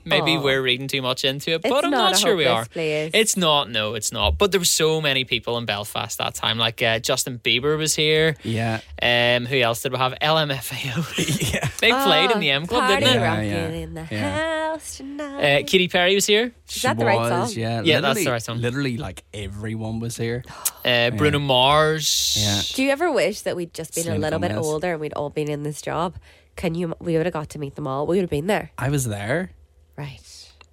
S2: Yeah.
S1: Maybe
S2: Aw.
S1: we're reading too much into it, but I'm
S2: not
S1: not
S2: a
S1: sure we are.
S2: hopeless place.
S1: It's not. No, it's not. But there were so many people in Belfast that time. Like uh, Justin Bieber was here.
S3: Yeah.
S1: Um, who else did we have? LMFAO.
S3: Yeah.
S1: they played in
S2: Oh,
S1: the M Club,
S2: party
S1: didn't they?
S3: Yeah,
S2: rocking
S3: yeah,
S2: in the
S3: yeah.
S2: house tonight.
S1: Uh, Katy Perry was here.
S3: She
S2: that the right song?
S3: was, Yeah,
S1: Yeah, that's the
S3: literally-
S1: right song.
S3: Literally, like everyone was here.
S1: Uh, Bruno Mars.
S3: Yeah.
S2: Do you ever wish that we'd just been a
S3: Selena
S2: little bit
S3: Gomez.
S2: older and we'd all been in this job? Can you? We would have got to meet them all. We would have been there,
S3: I was there.
S2: right?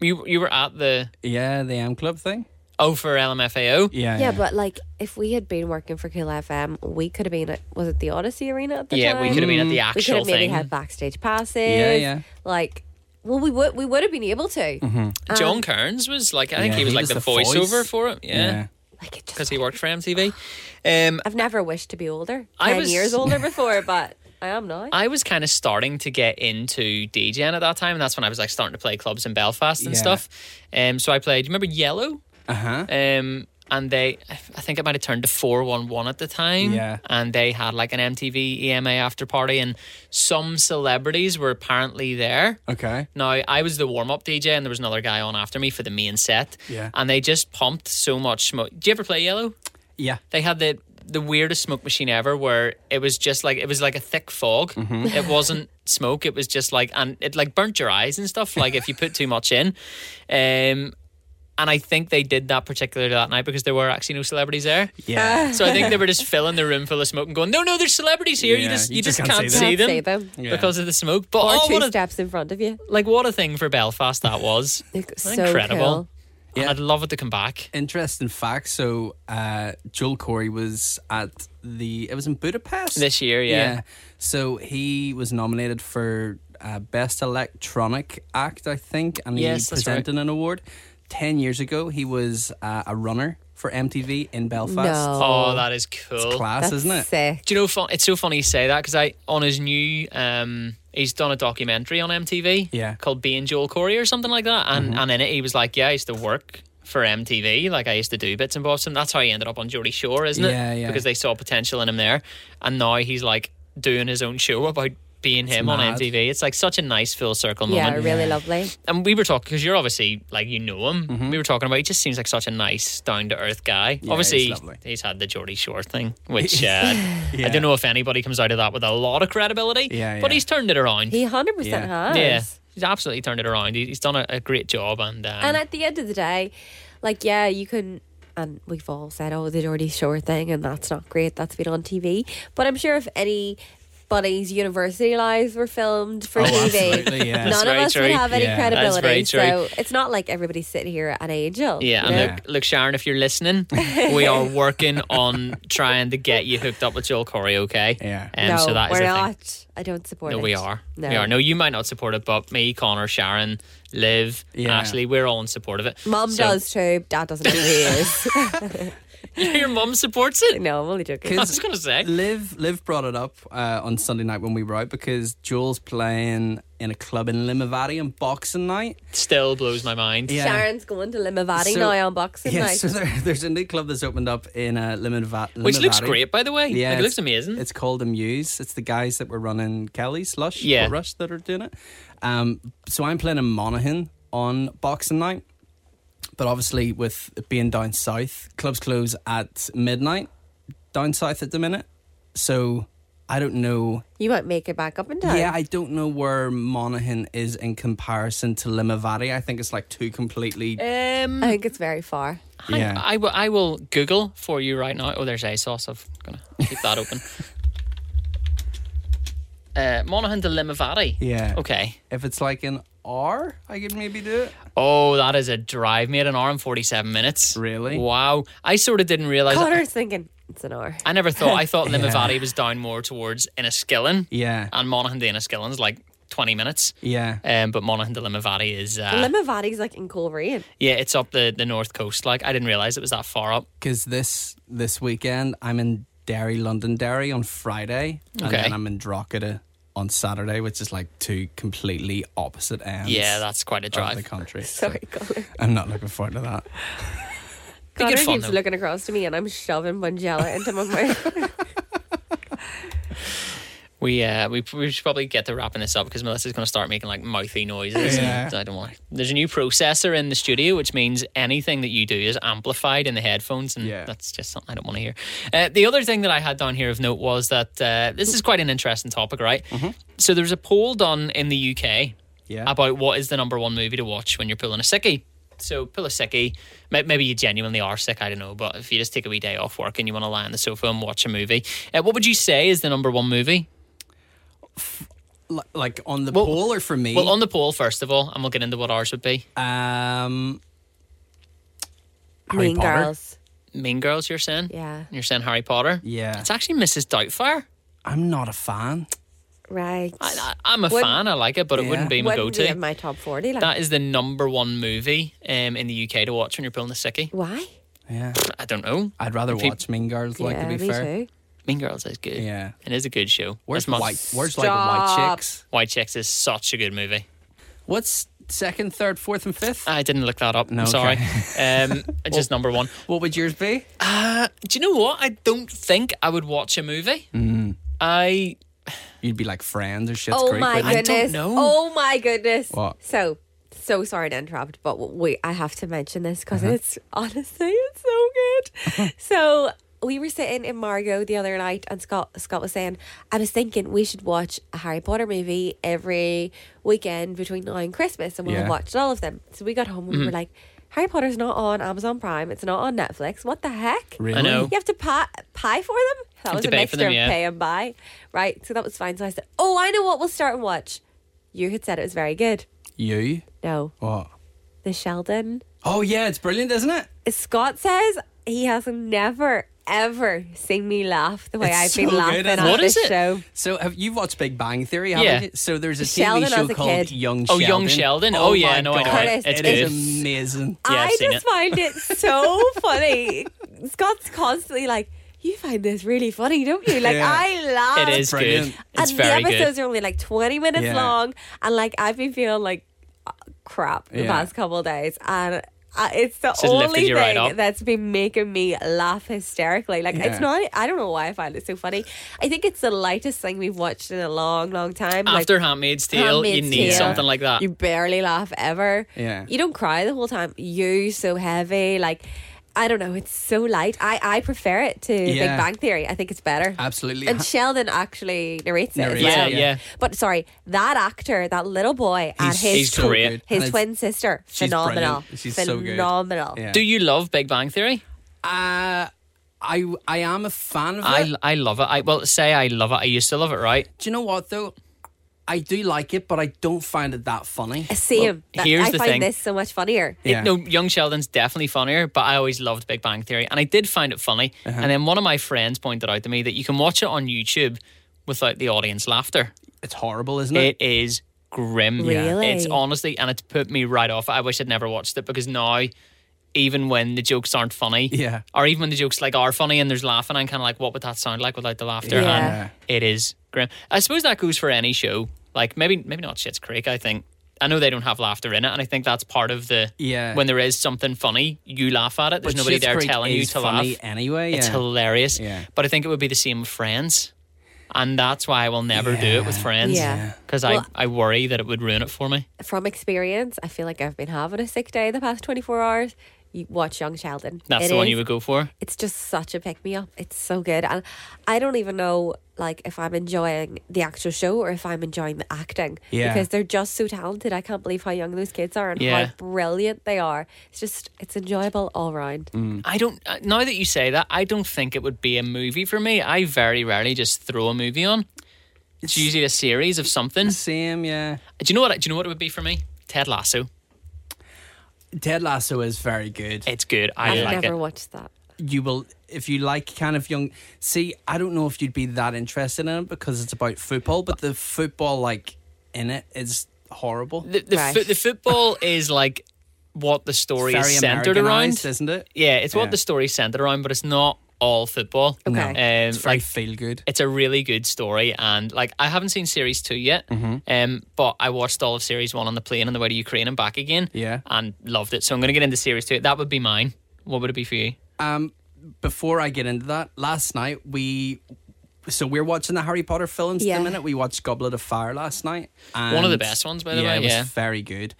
S1: You you were at the
S3: Yeah, the M Club thing.
S1: oh for LMFAO.
S3: Yeah,
S2: Yeah, but like if we had been working for Cool FM, we could have been at was it the Odyssey Arena at the
S1: Yeah,
S2: time?
S1: we could have been at the
S2: We could
S1: actual
S2: have maybe
S1: thing.
S2: had backstage passes.
S3: Yeah, yeah.
S2: Like, well, we would we would have been able to.
S1: Mm-hmm.
S2: uh,
S1: John Kearns was like I think
S3: Yeah,
S1: he was
S3: he
S1: like
S3: was
S1: the,
S3: the voice.
S1: voiceover for it. Yeah.
S3: Yeah.
S2: Like it
S1: Because
S2: just.
S1: he worked for MTV. Um,
S2: I've never wished to be older.
S1: I
S2: Ten
S1: was-
S2: years older before, but I am now.
S1: I was kind of starting to get into DJing at that time, and that's when I was like starting to play clubs in Belfast and
S3: Yeah.
S1: stuff. Um, so I played. You remember Yellow?
S3: Uh huh.
S1: Um, and they, I think it might have turned to four one one at the time.
S3: Yeah.
S1: And they had like an MTV EMA E after party, and some celebrities were apparently there.
S3: Okay.
S1: Now I was the warm up DJ, and there was another guy on after me for the main set.
S3: Yeah.
S1: And they just pumped so much smoke. Do you ever play Yellow?
S3: Yeah.
S1: they had the the weirdest smoke machine ever where it was just like it was like a thick fog it wasn't smoke it was just like and it like burnt your eyes and stuff like if you put too much in um and I think they did that particularly that night because there were actually no celebrities there.
S3: Yeah.
S1: So I think they were just filling the room full of smoke and going, no, no, there's celebrities here. you
S3: Yeah,
S1: just you, just, can't,
S2: Can't
S1: see, them
S2: see them.
S3: Yeah.
S1: because of the smoke. But
S2: Or
S1: oh,
S2: two
S1: what a,
S2: steps in front of you.
S1: like what a thing for Belfast that was.
S2: Like, so
S1: Incredible.
S2: cool.
S1: And
S3: Yeah.
S1: I'd love it to come back.
S3: Interesting fact. So uh, Joel Corey was at the. It was in Budapest
S1: This year, yeah.
S3: So he was nominated for uh, best electronic act, I think, and he
S1: Yes, that's right.
S3: presented an award. Ten years ago, he was uh, a runner for MTV in Belfast.
S2: No.
S1: Oh, that is cool.
S3: Class,
S2: That's
S3: isn't it?
S2: sick.
S1: Do you know? fun- It's so funny you say that because I on his new, um, he's done a documentary on MTV,
S3: Yeah. Mm-hmm.
S1: called Being Joel Corey or something like that, and and in it he was like, yeah, I used to work for MTV, like I used to do bits and bobs, and that's how he ended up on Geordie Shore, isn't it?
S3: Yeah, yeah.
S1: Because they saw potential in him there, and now he's like doing his own show about being him on
S3: mad.
S1: MTV. It's like such a nice full circle
S2: Yeah,
S1: moment.
S2: really lovely.
S1: And we were talking because you're obviously like you know him.
S3: Mm-hmm.
S1: We were talking about he just seems like such a nice, down to earth guy. obviously,
S3: he's
S1: he's,
S3: lovely.
S1: had the Geordie Shore thing, which uh, I don't know if anybody comes out of that with a lot of credibility.
S3: Yeah,
S1: but
S3: yeah.
S1: he's turned it around.
S2: He hundred percent
S3: Yeah.
S2: has.
S1: yeah, he's absolutely turned it around. He- He's done a, a great job, and, um,
S2: And at the end of the day, like yeah, you can. And we've all said, oh, the Dirty Shore thing, and that's not great. That's been on TV. But I'm sure if any buddy's university lives were filmed for
S3: Oh,
S2: TV,
S3: absolutely, yeah.
S2: none
S1: That's
S2: of
S1: very
S2: us would
S1: true.
S2: have any
S3: Yeah.
S1: That's
S2: credibility.
S1: very
S2: so it's not like everybody's sitting here an angel.
S1: yeah,
S2: you know?
S1: and look, look, Sharon, if you're listening, we are working on trying to get you hooked up with Joel Corey. Okay,
S3: Yeah.
S1: Um,
S2: no,
S1: so that is
S2: we're
S1: a thing.
S2: not. I don't support
S1: No,
S2: it.
S1: we are.
S2: No,
S1: We are. No, you might not support it, but me, Connor, Sharon, Liv,
S3: Yeah.
S1: Ashley, we're all in support of it.
S2: Mum
S1: So-
S2: does too. Dad doesn't know who he is.
S1: Your mum supports it.
S2: no, I'm only joking.
S1: I was gonna say.
S3: Liv, Liv brought it up uh, on Sunday night when we were out because Joel's playing in a club in Limavady on Boxing Night.
S1: Still blows my mind.
S3: Yeah.
S2: Sharon's going to Limavady
S3: So-
S2: now on Boxing
S3: Yeah,
S2: Night.
S3: so there, there's a new club that's opened up in uh, Limavady.
S1: Which looks great, by the way.
S3: Yeah,
S1: Like, it
S3: it's-
S1: looks amazing.
S3: It's called Amuse. It's the guys that were running Kelly's Lush,
S1: Yeah.
S3: yeah. Rush that are doing it. Um, so I'm playing in Monaghan on Boxing Night, but obviously with it being down south, clubs close at midnight down south at the minute. So I don't know.
S2: you won't make it back up in time.
S3: Yeah, I don't know where Monaghan is in comparison to Limavady. I think it's like two completely.
S1: um,
S2: I think it's very far.
S1: hang-
S3: yeah.
S1: I, will. I will Google for you right now. Oh, there's ASOS. I'm gonna keep that open. Uh, Monaghan to Limavady.
S3: Yeah.
S1: Okay.
S3: If it's like an R, I could maybe do it.
S1: Oh, that is a drive, made An hour and forty-seven minutes.
S3: Really?
S1: Wow. I sort of didn't realize.
S2: Connor's thinking it's an hour.
S1: I never thought. I thought Limavady was down more towards Enniskillen.
S3: Yeah.
S1: And Monaghan to Enniskillen's like twenty minutes.
S3: Yeah.
S1: Um, but Monaghan to Limavady is. Uh,
S3: Ah.
S2: Limavady's like in Coleraine.
S1: Yeah, it's up the, the north coast. Like I didn't realize it was that far up.
S3: Because this this weekend I'm in Derry, Londonderry on Friday, and
S1: Okay.
S3: then I'm in Drogheda on Saturday, which is like two completely opposite ends.
S1: Yeah, that's quite a
S3: of the
S1: drive.
S3: country. So
S2: Sorry, Connor.
S3: I'm not looking forward to that.
S2: Connor
S1: good fun,
S2: keeps
S1: though.
S2: looking across to me and I'm shoving Bungella into my mouth.
S1: We uh we, we should probably get to wrapping this up because Melissa's going to start making like mouthy noises. and I don't want. There's a new processor in the studio, which means anything that you do is amplified in the headphones, and
S3: Yeah.
S1: that's just something I don't want to hear. Uh, the other thing that I had down here of note was that uh, this is quite an interesting topic, right? So there's a poll done in the UK
S3: Mm-hmm. Yeah.
S1: about what is the number one movie to watch when you're pulling a sickie. So pull a sickie. May- Maybe you genuinely are sick. I don't know. But if you just take a wee day off work and you want to lie on the sofa and watch a movie, uh, what would you say is the number one movie?
S3: Li- like on the
S1: Well-
S3: poll or for me?
S1: Well, on the poll first of all, and we'll get into what ours would be.
S3: um, Harry
S2: mean
S3: Potter?
S2: girls.
S1: Mean Girls, you're saying?
S2: Yeah.
S1: You're saying Harry Potter?
S3: Yeah.
S1: It's actually Mrs. Doubtfire.
S3: I'm not a fan.
S2: Right.
S1: I, I, am a
S2: Wouldn't-
S1: fan. I like it, but it
S3: Yeah.
S1: wouldn't be my
S2: Wouldn't be
S1: go-to.
S2: in my top 40. Like,
S1: that is the number one movie um, in the UK to watch when you're pulling a sickie.
S2: why?
S3: Yeah.
S1: I don't know.
S3: I'd rather
S1: If you-
S3: watch Mean Girls. Like
S2: yeah,
S3: to be
S2: me
S3: fair.
S2: too.
S1: Mean Girls is good.
S3: Yeah.
S1: It is a good show.
S3: Where's
S1: As much-
S3: white? Where's like white
S2: Stop.
S3: chicks?
S1: White Chicks is such a good movie.
S3: What's second, third, fourth, and fifth?
S1: I didn't look that up.
S3: No,
S1: I'm sorry. um, just number one.
S3: what would yours be?
S1: Do you know what? I don't think I would watch a movie.
S3: Mm.
S1: I
S3: You'd be like Friends or Shit's
S2: Oh
S3: Creek.
S2: my
S3: wouldn't it?
S1: don't
S2: goodness.
S1: know.
S2: Oh my goodness.
S3: What?
S2: So, so sorry to interrupt, but we I have to mention this because
S3: Uh-huh.
S2: it's honestly it's so good. so we were sitting in Margot the other night, and Scott Scott was saying, "I was thinking we should watch a Harry Potter movie every weekend between now and Christmas, and we'll
S3: Yeah. Mm.
S2: watch all of them." So we got home and we were like, "Harry Potter's not on Amazon Prime. It's not on Netflix. What the heck?"
S3: Really?
S1: I know.
S2: You have to pay, pay for them? That
S1: have
S2: was
S1: to
S2: a
S1: pay for
S2: mixture
S1: them,
S2: of
S1: yeah.
S2: pay and buy. Right. So that was fine. So I said, Oh, I know what we'll start and watch. You had said it was very good.
S3: You?
S2: No.
S3: What?
S2: The Sheldon.
S3: Oh yeah, it's brilliant, isn't it?
S2: Scott says he has never, ever seen me laugh the way
S3: It's
S2: I've
S3: so
S2: been
S3: good,
S2: laughing
S3: isn't
S2: at
S1: it? What
S2: this
S1: is it?
S2: show.
S3: So have you watched Big Bang Theory? Haven't
S1: Yeah.
S3: you? So there's a TV
S2: Sheldon as
S3: show
S2: a
S3: called
S2: kid.
S3: Young
S1: Oh,
S3: Sheldon.
S1: Young Sheldon? Oh, yeah,
S3: my
S1: no, I know
S3: God.
S2: it. It's
S3: it is
S1: good.
S3: amazing.
S1: Yeah, I've
S2: I
S1: seen
S2: just
S1: it.
S2: find it so funny. Scott's constantly like, You find this really funny, don't you? Like,
S3: Yeah.
S2: I laugh.
S1: it is good.
S3: brilliant.
S1: It's
S2: and
S1: very
S2: the episodes
S1: good.
S2: are only like 20 minutes
S3: Yeah.
S2: long and like i've been feeling like uh, crap the
S3: Yeah.
S2: past couple of days and I, it's the
S1: So it lifted
S2: only
S1: you right
S2: thing
S1: up.
S2: that's been making me laugh hysterically like
S3: Yeah.
S2: it's not i don't know why i find it so funny i think it's the lightest thing we've watched in a long long time Like,
S1: After Handmaid's Tale, you
S2: Handmaid's
S1: need
S2: Tale.
S1: something like that.
S2: you barely laugh ever
S3: Yeah.
S2: you don't cry the whole time you so heavy like i don't know it's so light i i prefer it to
S3: Yeah.
S2: big bang theory i think it's better
S3: Absolutely.
S2: and Sheldon actually narrates it.
S3: Narrates
S2: as
S3: it,
S2: well.
S1: yeah, yeah.
S2: But sorry, that actor, that little boy, and
S3: He's,
S2: his
S1: He's
S3: so
S1: great.
S3: good. And
S2: his
S3: it's-
S2: twin sister,
S3: she's
S2: phenomenal,
S3: brilliant. She's so good.
S2: phenomenal.
S3: Yeah.
S1: Do you love Big Bang Theory?
S3: Uh, I I am a fan of it.
S1: I, I love it. I well say I love it. I used to love it, right?
S3: Do you know what though? I do like it, but I don't find it that funny.
S2: Same. That-
S1: here's
S2: Uh, I
S1: the
S2: find
S1: thing.
S2: this so much funnier.
S1: It- no, Young Sheldon's definitely funnier, but I always loved Big Bang Theory, and I did find it funny. And then one of my friends pointed out to me that you can watch it on YouTube without the audience laughter.
S3: It's horrible, isn't it?
S1: It is grim.
S2: Really?
S1: It's honestly, and it's put me right off. I wish I'd never watched it because now, even when the jokes aren't funny,
S3: Yeah.
S1: or even when the jokes like are funny and there's laughing, I'm kind of like, what would that sound like without the laughter?
S2: Yeah.
S1: And it is grim. I suppose that goes for any show. Like maybe maybe not Shit's Creek. I think I know they don't have laughter in it, and I think that's part of the
S3: Yeah.
S1: When there is something funny, you laugh at it. There's
S3: But
S1: nobody
S3: Schitt's
S1: there
S3: Creek
S1: telling you
S3: is
S1: to
S3: funny
S1: laugh.
S3: Anyway,
S1: It's
S3: yeah.
S1: hilarious.
S3: Yeah.
S1: But I think it would be the same with friends. And that's why I will never do it with
S3: Yeah.
S1: friends.
S2: Yeah.
S1: Because
S2: Well-
S1: I, I worry that it would ruin it for me.
S2: From experience, I feel like I've been having a sick day the past 24 hours. You watch Young Sheldon.
S1: That's
S2: It
S1: the one
S2: is-
S1: you would go for.
S2: It's just such a pick me up. It's so good. And I don't even know like if I'm enjoying the actual show or if I'm enjoying the acting.
S3: Yeah.
S2: Because they're just so talented. I can't believe how young those kids are and
S1: Yeah.
S2: how brilliant they are. It's just it's enjoyable all round.
S3: Mm.
S1: I don't, uh, now that you say that, I don't think it would be a movie for me. I very rarely just throw a movie on. It's usually a series of something. Do
S3: Same, yeah.
S1: you know what? Do you know what it would be for me? Ted Lasso.
S3: Ted Lasso is very good.
S1: It's good. I
S2: I've
S1: like
S2: never
S1: it.
S2: watched that.
S3: you will if you like kind of young see i don't know if you'd be that interested in it because it's about football but the football like in it is horrible
S1: The, the,
S2: Right.
S1: fo- the football is like what the story
S3: very
S1: is centered
S3: Americanized,
S1: around.
S3: isn't it
S1: Yeah, it's what
S3: Yeah.
S1: the story's centered around, but it's not all football.
S2: Okay. No.
S1: Um,
S3: it's very
S1: like,
S3: feel good
S1: it's a really good story and like i haven't seen series two yet
S3: Mm-hmm.
S1: um, but i watched all of series one on the plane on the way to ukraine and back again
S3: Yeah.
S1: and loved it so i'm going to get into series two that would be mine what would it be for you
S3: um before i get into that last night we so we're watching the Harry Potter films at
S2: Yeah.
S3: the minute. We watched Goblet of Fire last night. And
S1: One of the best ones, by the
S3: yeah,
S1: way,
S3: It was
S1: yeah.
S3: very good.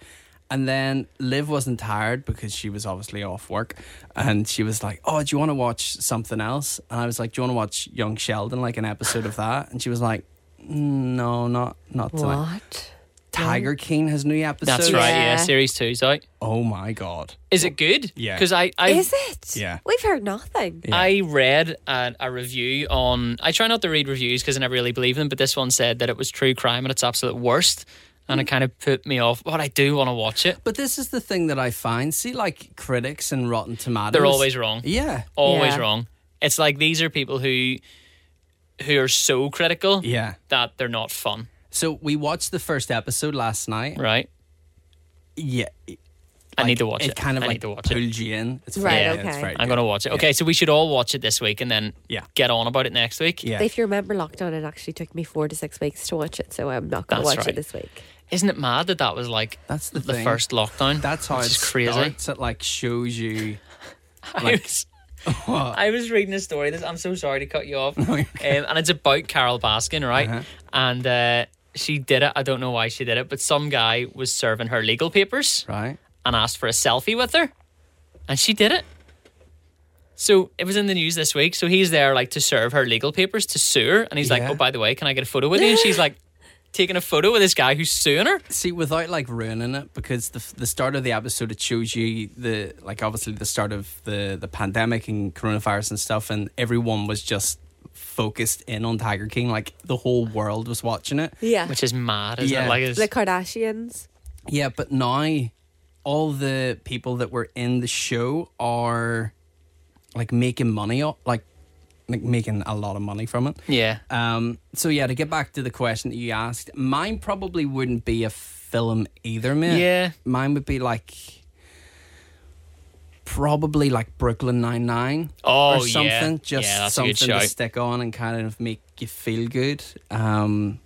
S3: And then Liv wasn't tired because she was obviously off work. And she was like, Oh, do you want to watch something else? And I was like, Do you want to watch Young Sheldon, like an episode of that? And she was like, "Mm, No, not not tonight.
S2: What?
S3: Tiger King has new episodes.
S1: That's right. Yeah.
S2: Yeah.
S1: series two's out.
S3: Oh my god.
S1: Is it good?
S3: Yeah.
S1: Because I, I
S2: Is it?
S3: Yeah.
S2: We've heard nothing.
S1: I read a, a review on. I try not to read reviews because I never really believe them, but this one said that it was true crime at its absolute worst,
S2: Mm.
S1: and it kind of put me off. But I do want to watch it.
S3: But this is the thing that I find. See, like critics and Rotten Tomatoes.
S1: They're always wrong.
S3: Yeah.
S1: Always
S2: Yeah.
S1: wrong. It's like these are people who, who are so critical
S3: Yeah.
S1: that they're not fun,
S3: So we watched the first episode last night.
S1: right?
S3: Yeah.
S1: I need to watch it.
S3: kind of
S1: I
S3: like
S1: need to watch it.
S3: pulls you in. It's
S2: Right,
S3: very- It's
S2: okay.
S3: very
S1: I'm
S3: good.
S1: gonna watch it. Okay, so we should all watch it this week and then
S3: Yeah.
S1: get on about it next week.
S3: Yeah.
S2: If you remember lockdown, it actually took me four to six weeks to watch it, so I'm not going to
S1: That's
S2: watch
S1: right.
S2: it this week.
S1: Isn't it mad that that was like
S3: That's the
S1: the
S3: thing.
S1: first lockdown?
S3: That's how
S1: Which
S3: it
S1: is crazy.
S3: starts. It like shows you.
S1: I was, I was reading a story. This I'm so sorry to cut you off. um, and it's about Carol Baskin, right?
S3: Uh-huh.
S1: And uh, she did it. I don't know why she did it, but some guy was serving her legal papers
S3: Right.
S1: and asked for a selfie with her, and she did it. So it was in the news this week. So he's there like to serve her legal papers to sue her, and he's like,
S3: Yeah.
S1: "Oh, by the way, can I get a photo with you?" And she's like, taking a photo with this guy who's suing her.
S3: See, without like ruining it, because the the start of the episode it shows you the like obviously the start of the the pandemic and coronavirus and stuff, and everyone was just focused in on Tiger King. Like the whole world was watching it.
S2: Yeah.
S1: Which is mad, isn't
S3: Yeah.
S1: it? Like, it's,
S2: the Kardashians.
S3: Yeah, but now all the people that were in the show are like making money, o- like like making a lot of money from it.
S1: yeah,
S3: Um. So yeah, to get back to the question that you asked, mine probably wouldn't be a film either, man.
S1: Yeah.
S3: Mine would be like probably like Brooklyn Nine Nine.
S1: Oh,
S3: or
S1: yeah.
S3: something. Just
S1: Yeah, that's a
S3: something
S1: good
S3: to
S1: shout.
S3: stick on and kind of make you feel good. Um.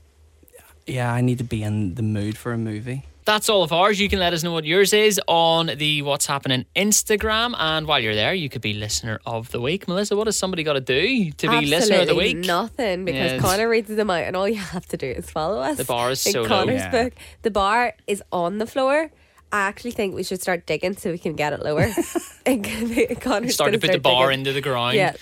S3: Yeah, I need to be in the mood for a movie.
S1: That's all of ours. You can let us know what yours is on the What's Happening Instagram. And while you're there, you could be listener of the week. Melissa, what has somebody got to do to be listener of the
S2: Absolutely
S1: week?
S2: Nothing because
S1: Yes.
S2: Connor reads them out, and all you have to do is follow us.
S1: The bar is
S2: In
S1: so low.
S2: Connor's
S3: Yeah.
S2: book, the bar is on the floor. I actually think we should start digging so we can get it lower. and Connor's
S1: Start to
S2: gonna
S1: put the bar
S2: digging.
S1: into the ground.
S2: Yeah.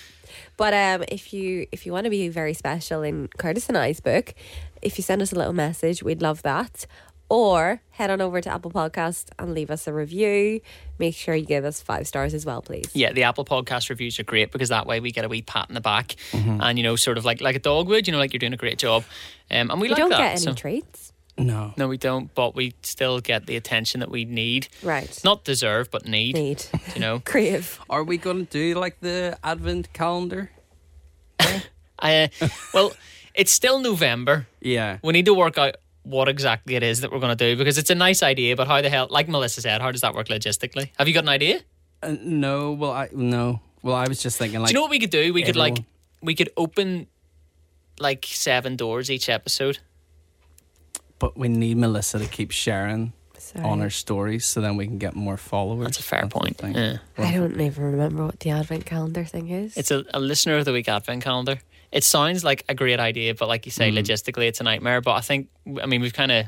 S2: But um, if you if you want to be very special in Curtis and I's book, if you send us a little message, we'd love that. Or head on over to Apple Podcast and leave us a review. Make sure you give us five stars as well, please.
S1: Yeah, the Apple Podcast reviews are great because that way we get a wee pat in the back,
S3: Mm-hmm.
S1: and you know, sort of like like a dog would, you know, like you're doing a great job, um, and we
S2: You
S1: like
S2: don't
S1: that.
S2: get any
S1: so-
S2: treats,
S3: No.
S1: no, we don't, but we still get the attention that we need.
S2: right?
S1: Not deserve, but need.
S2: need
S1: You know,
S2: crave.
S3: Are we gonna do like the advent calendar?
S1: I, uh, well, it's still November.
S3: Yeah.
S1: we need to work out what exactly it is that we're going to do because it's a nice idea, but how the hell, like Melissa said, how does that work logistically? Have you got an idea?
S3: Uh, no. Well, I no. Well, I was just thinking like.
S1: do you know what we could do? We could like,
S3: everyone-
S1: we could open like seven doors each episode.
S3: but we need Melissa to keep sharing
S2: Sorry.
S3: on her stories, so then we can get more followers.
S1: That's a fair
S3: the
S1: point.
S3: thing.
S1: Yeah.
S2: I don't even remember what the advent calendar thing is.
S1: It's a, a listener of the week advent calendar. It sounds like a great idea, but like you
S3: Mm.
S1: say, logistically, it's a nightmare. But I think, I mean, we've kind of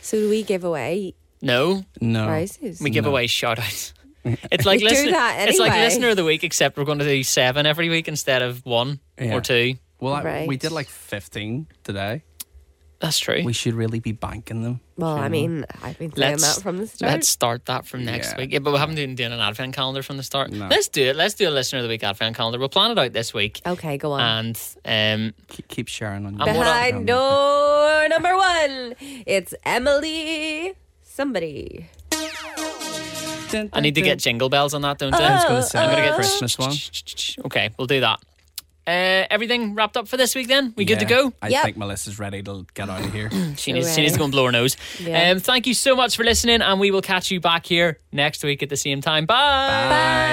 S2: so do we give away
S1: no,
S3: No.
S2: prizes?
S1: Oh. we give away shout outs. It's like
S2: We do
S1: listener,
S2: that
S1: it's like
S2: anyway.
S1: listener of the week, except we're going to do seven every week instead of one
S3: Yeah.
S1: or two.
S3: Well, I, we
S2: Right.
S3: did like fifteen today.
S1: That's true.
S3: We should really be banking them.
S2: well, I
S3: shouldn't
S2: mean, I've been saying that from the start.
S1: Hmm. Let's start that from next
S3: Yeah.
S1: week. Yeah, but we haven't been doing an advent calendar from the start.
S3: No.
S1: Let's do it. Let's do a listener of the week advent calendar. We'll plan it out this week.
S2: okay, go on.
S1: And um,
S3: we? Keep, keep sharing on.
S1: And what I-
S2: Behind door number one, it's Emily somebody.
S1: I need to get jingle bells on that, don't I?
S3: I was going
S2: Oh,
S3: to say
S1: I'm gonna
S3: the
S1: get-
S3: Christmas one.
S1: Okay, we'll do that. Uh, everything wrapped up for this week then? We good to
S3: Yeah.
S1: go?
S3: I
S2: Yep.
S3: think Melissa's ready to get out of here.
S1: She needs, she needs to go and blow her nose.
S2: Yeah.
S1: Um, thank you so much for listening, and we will catch you back here next week at the same time. Bye.
S2: Bye.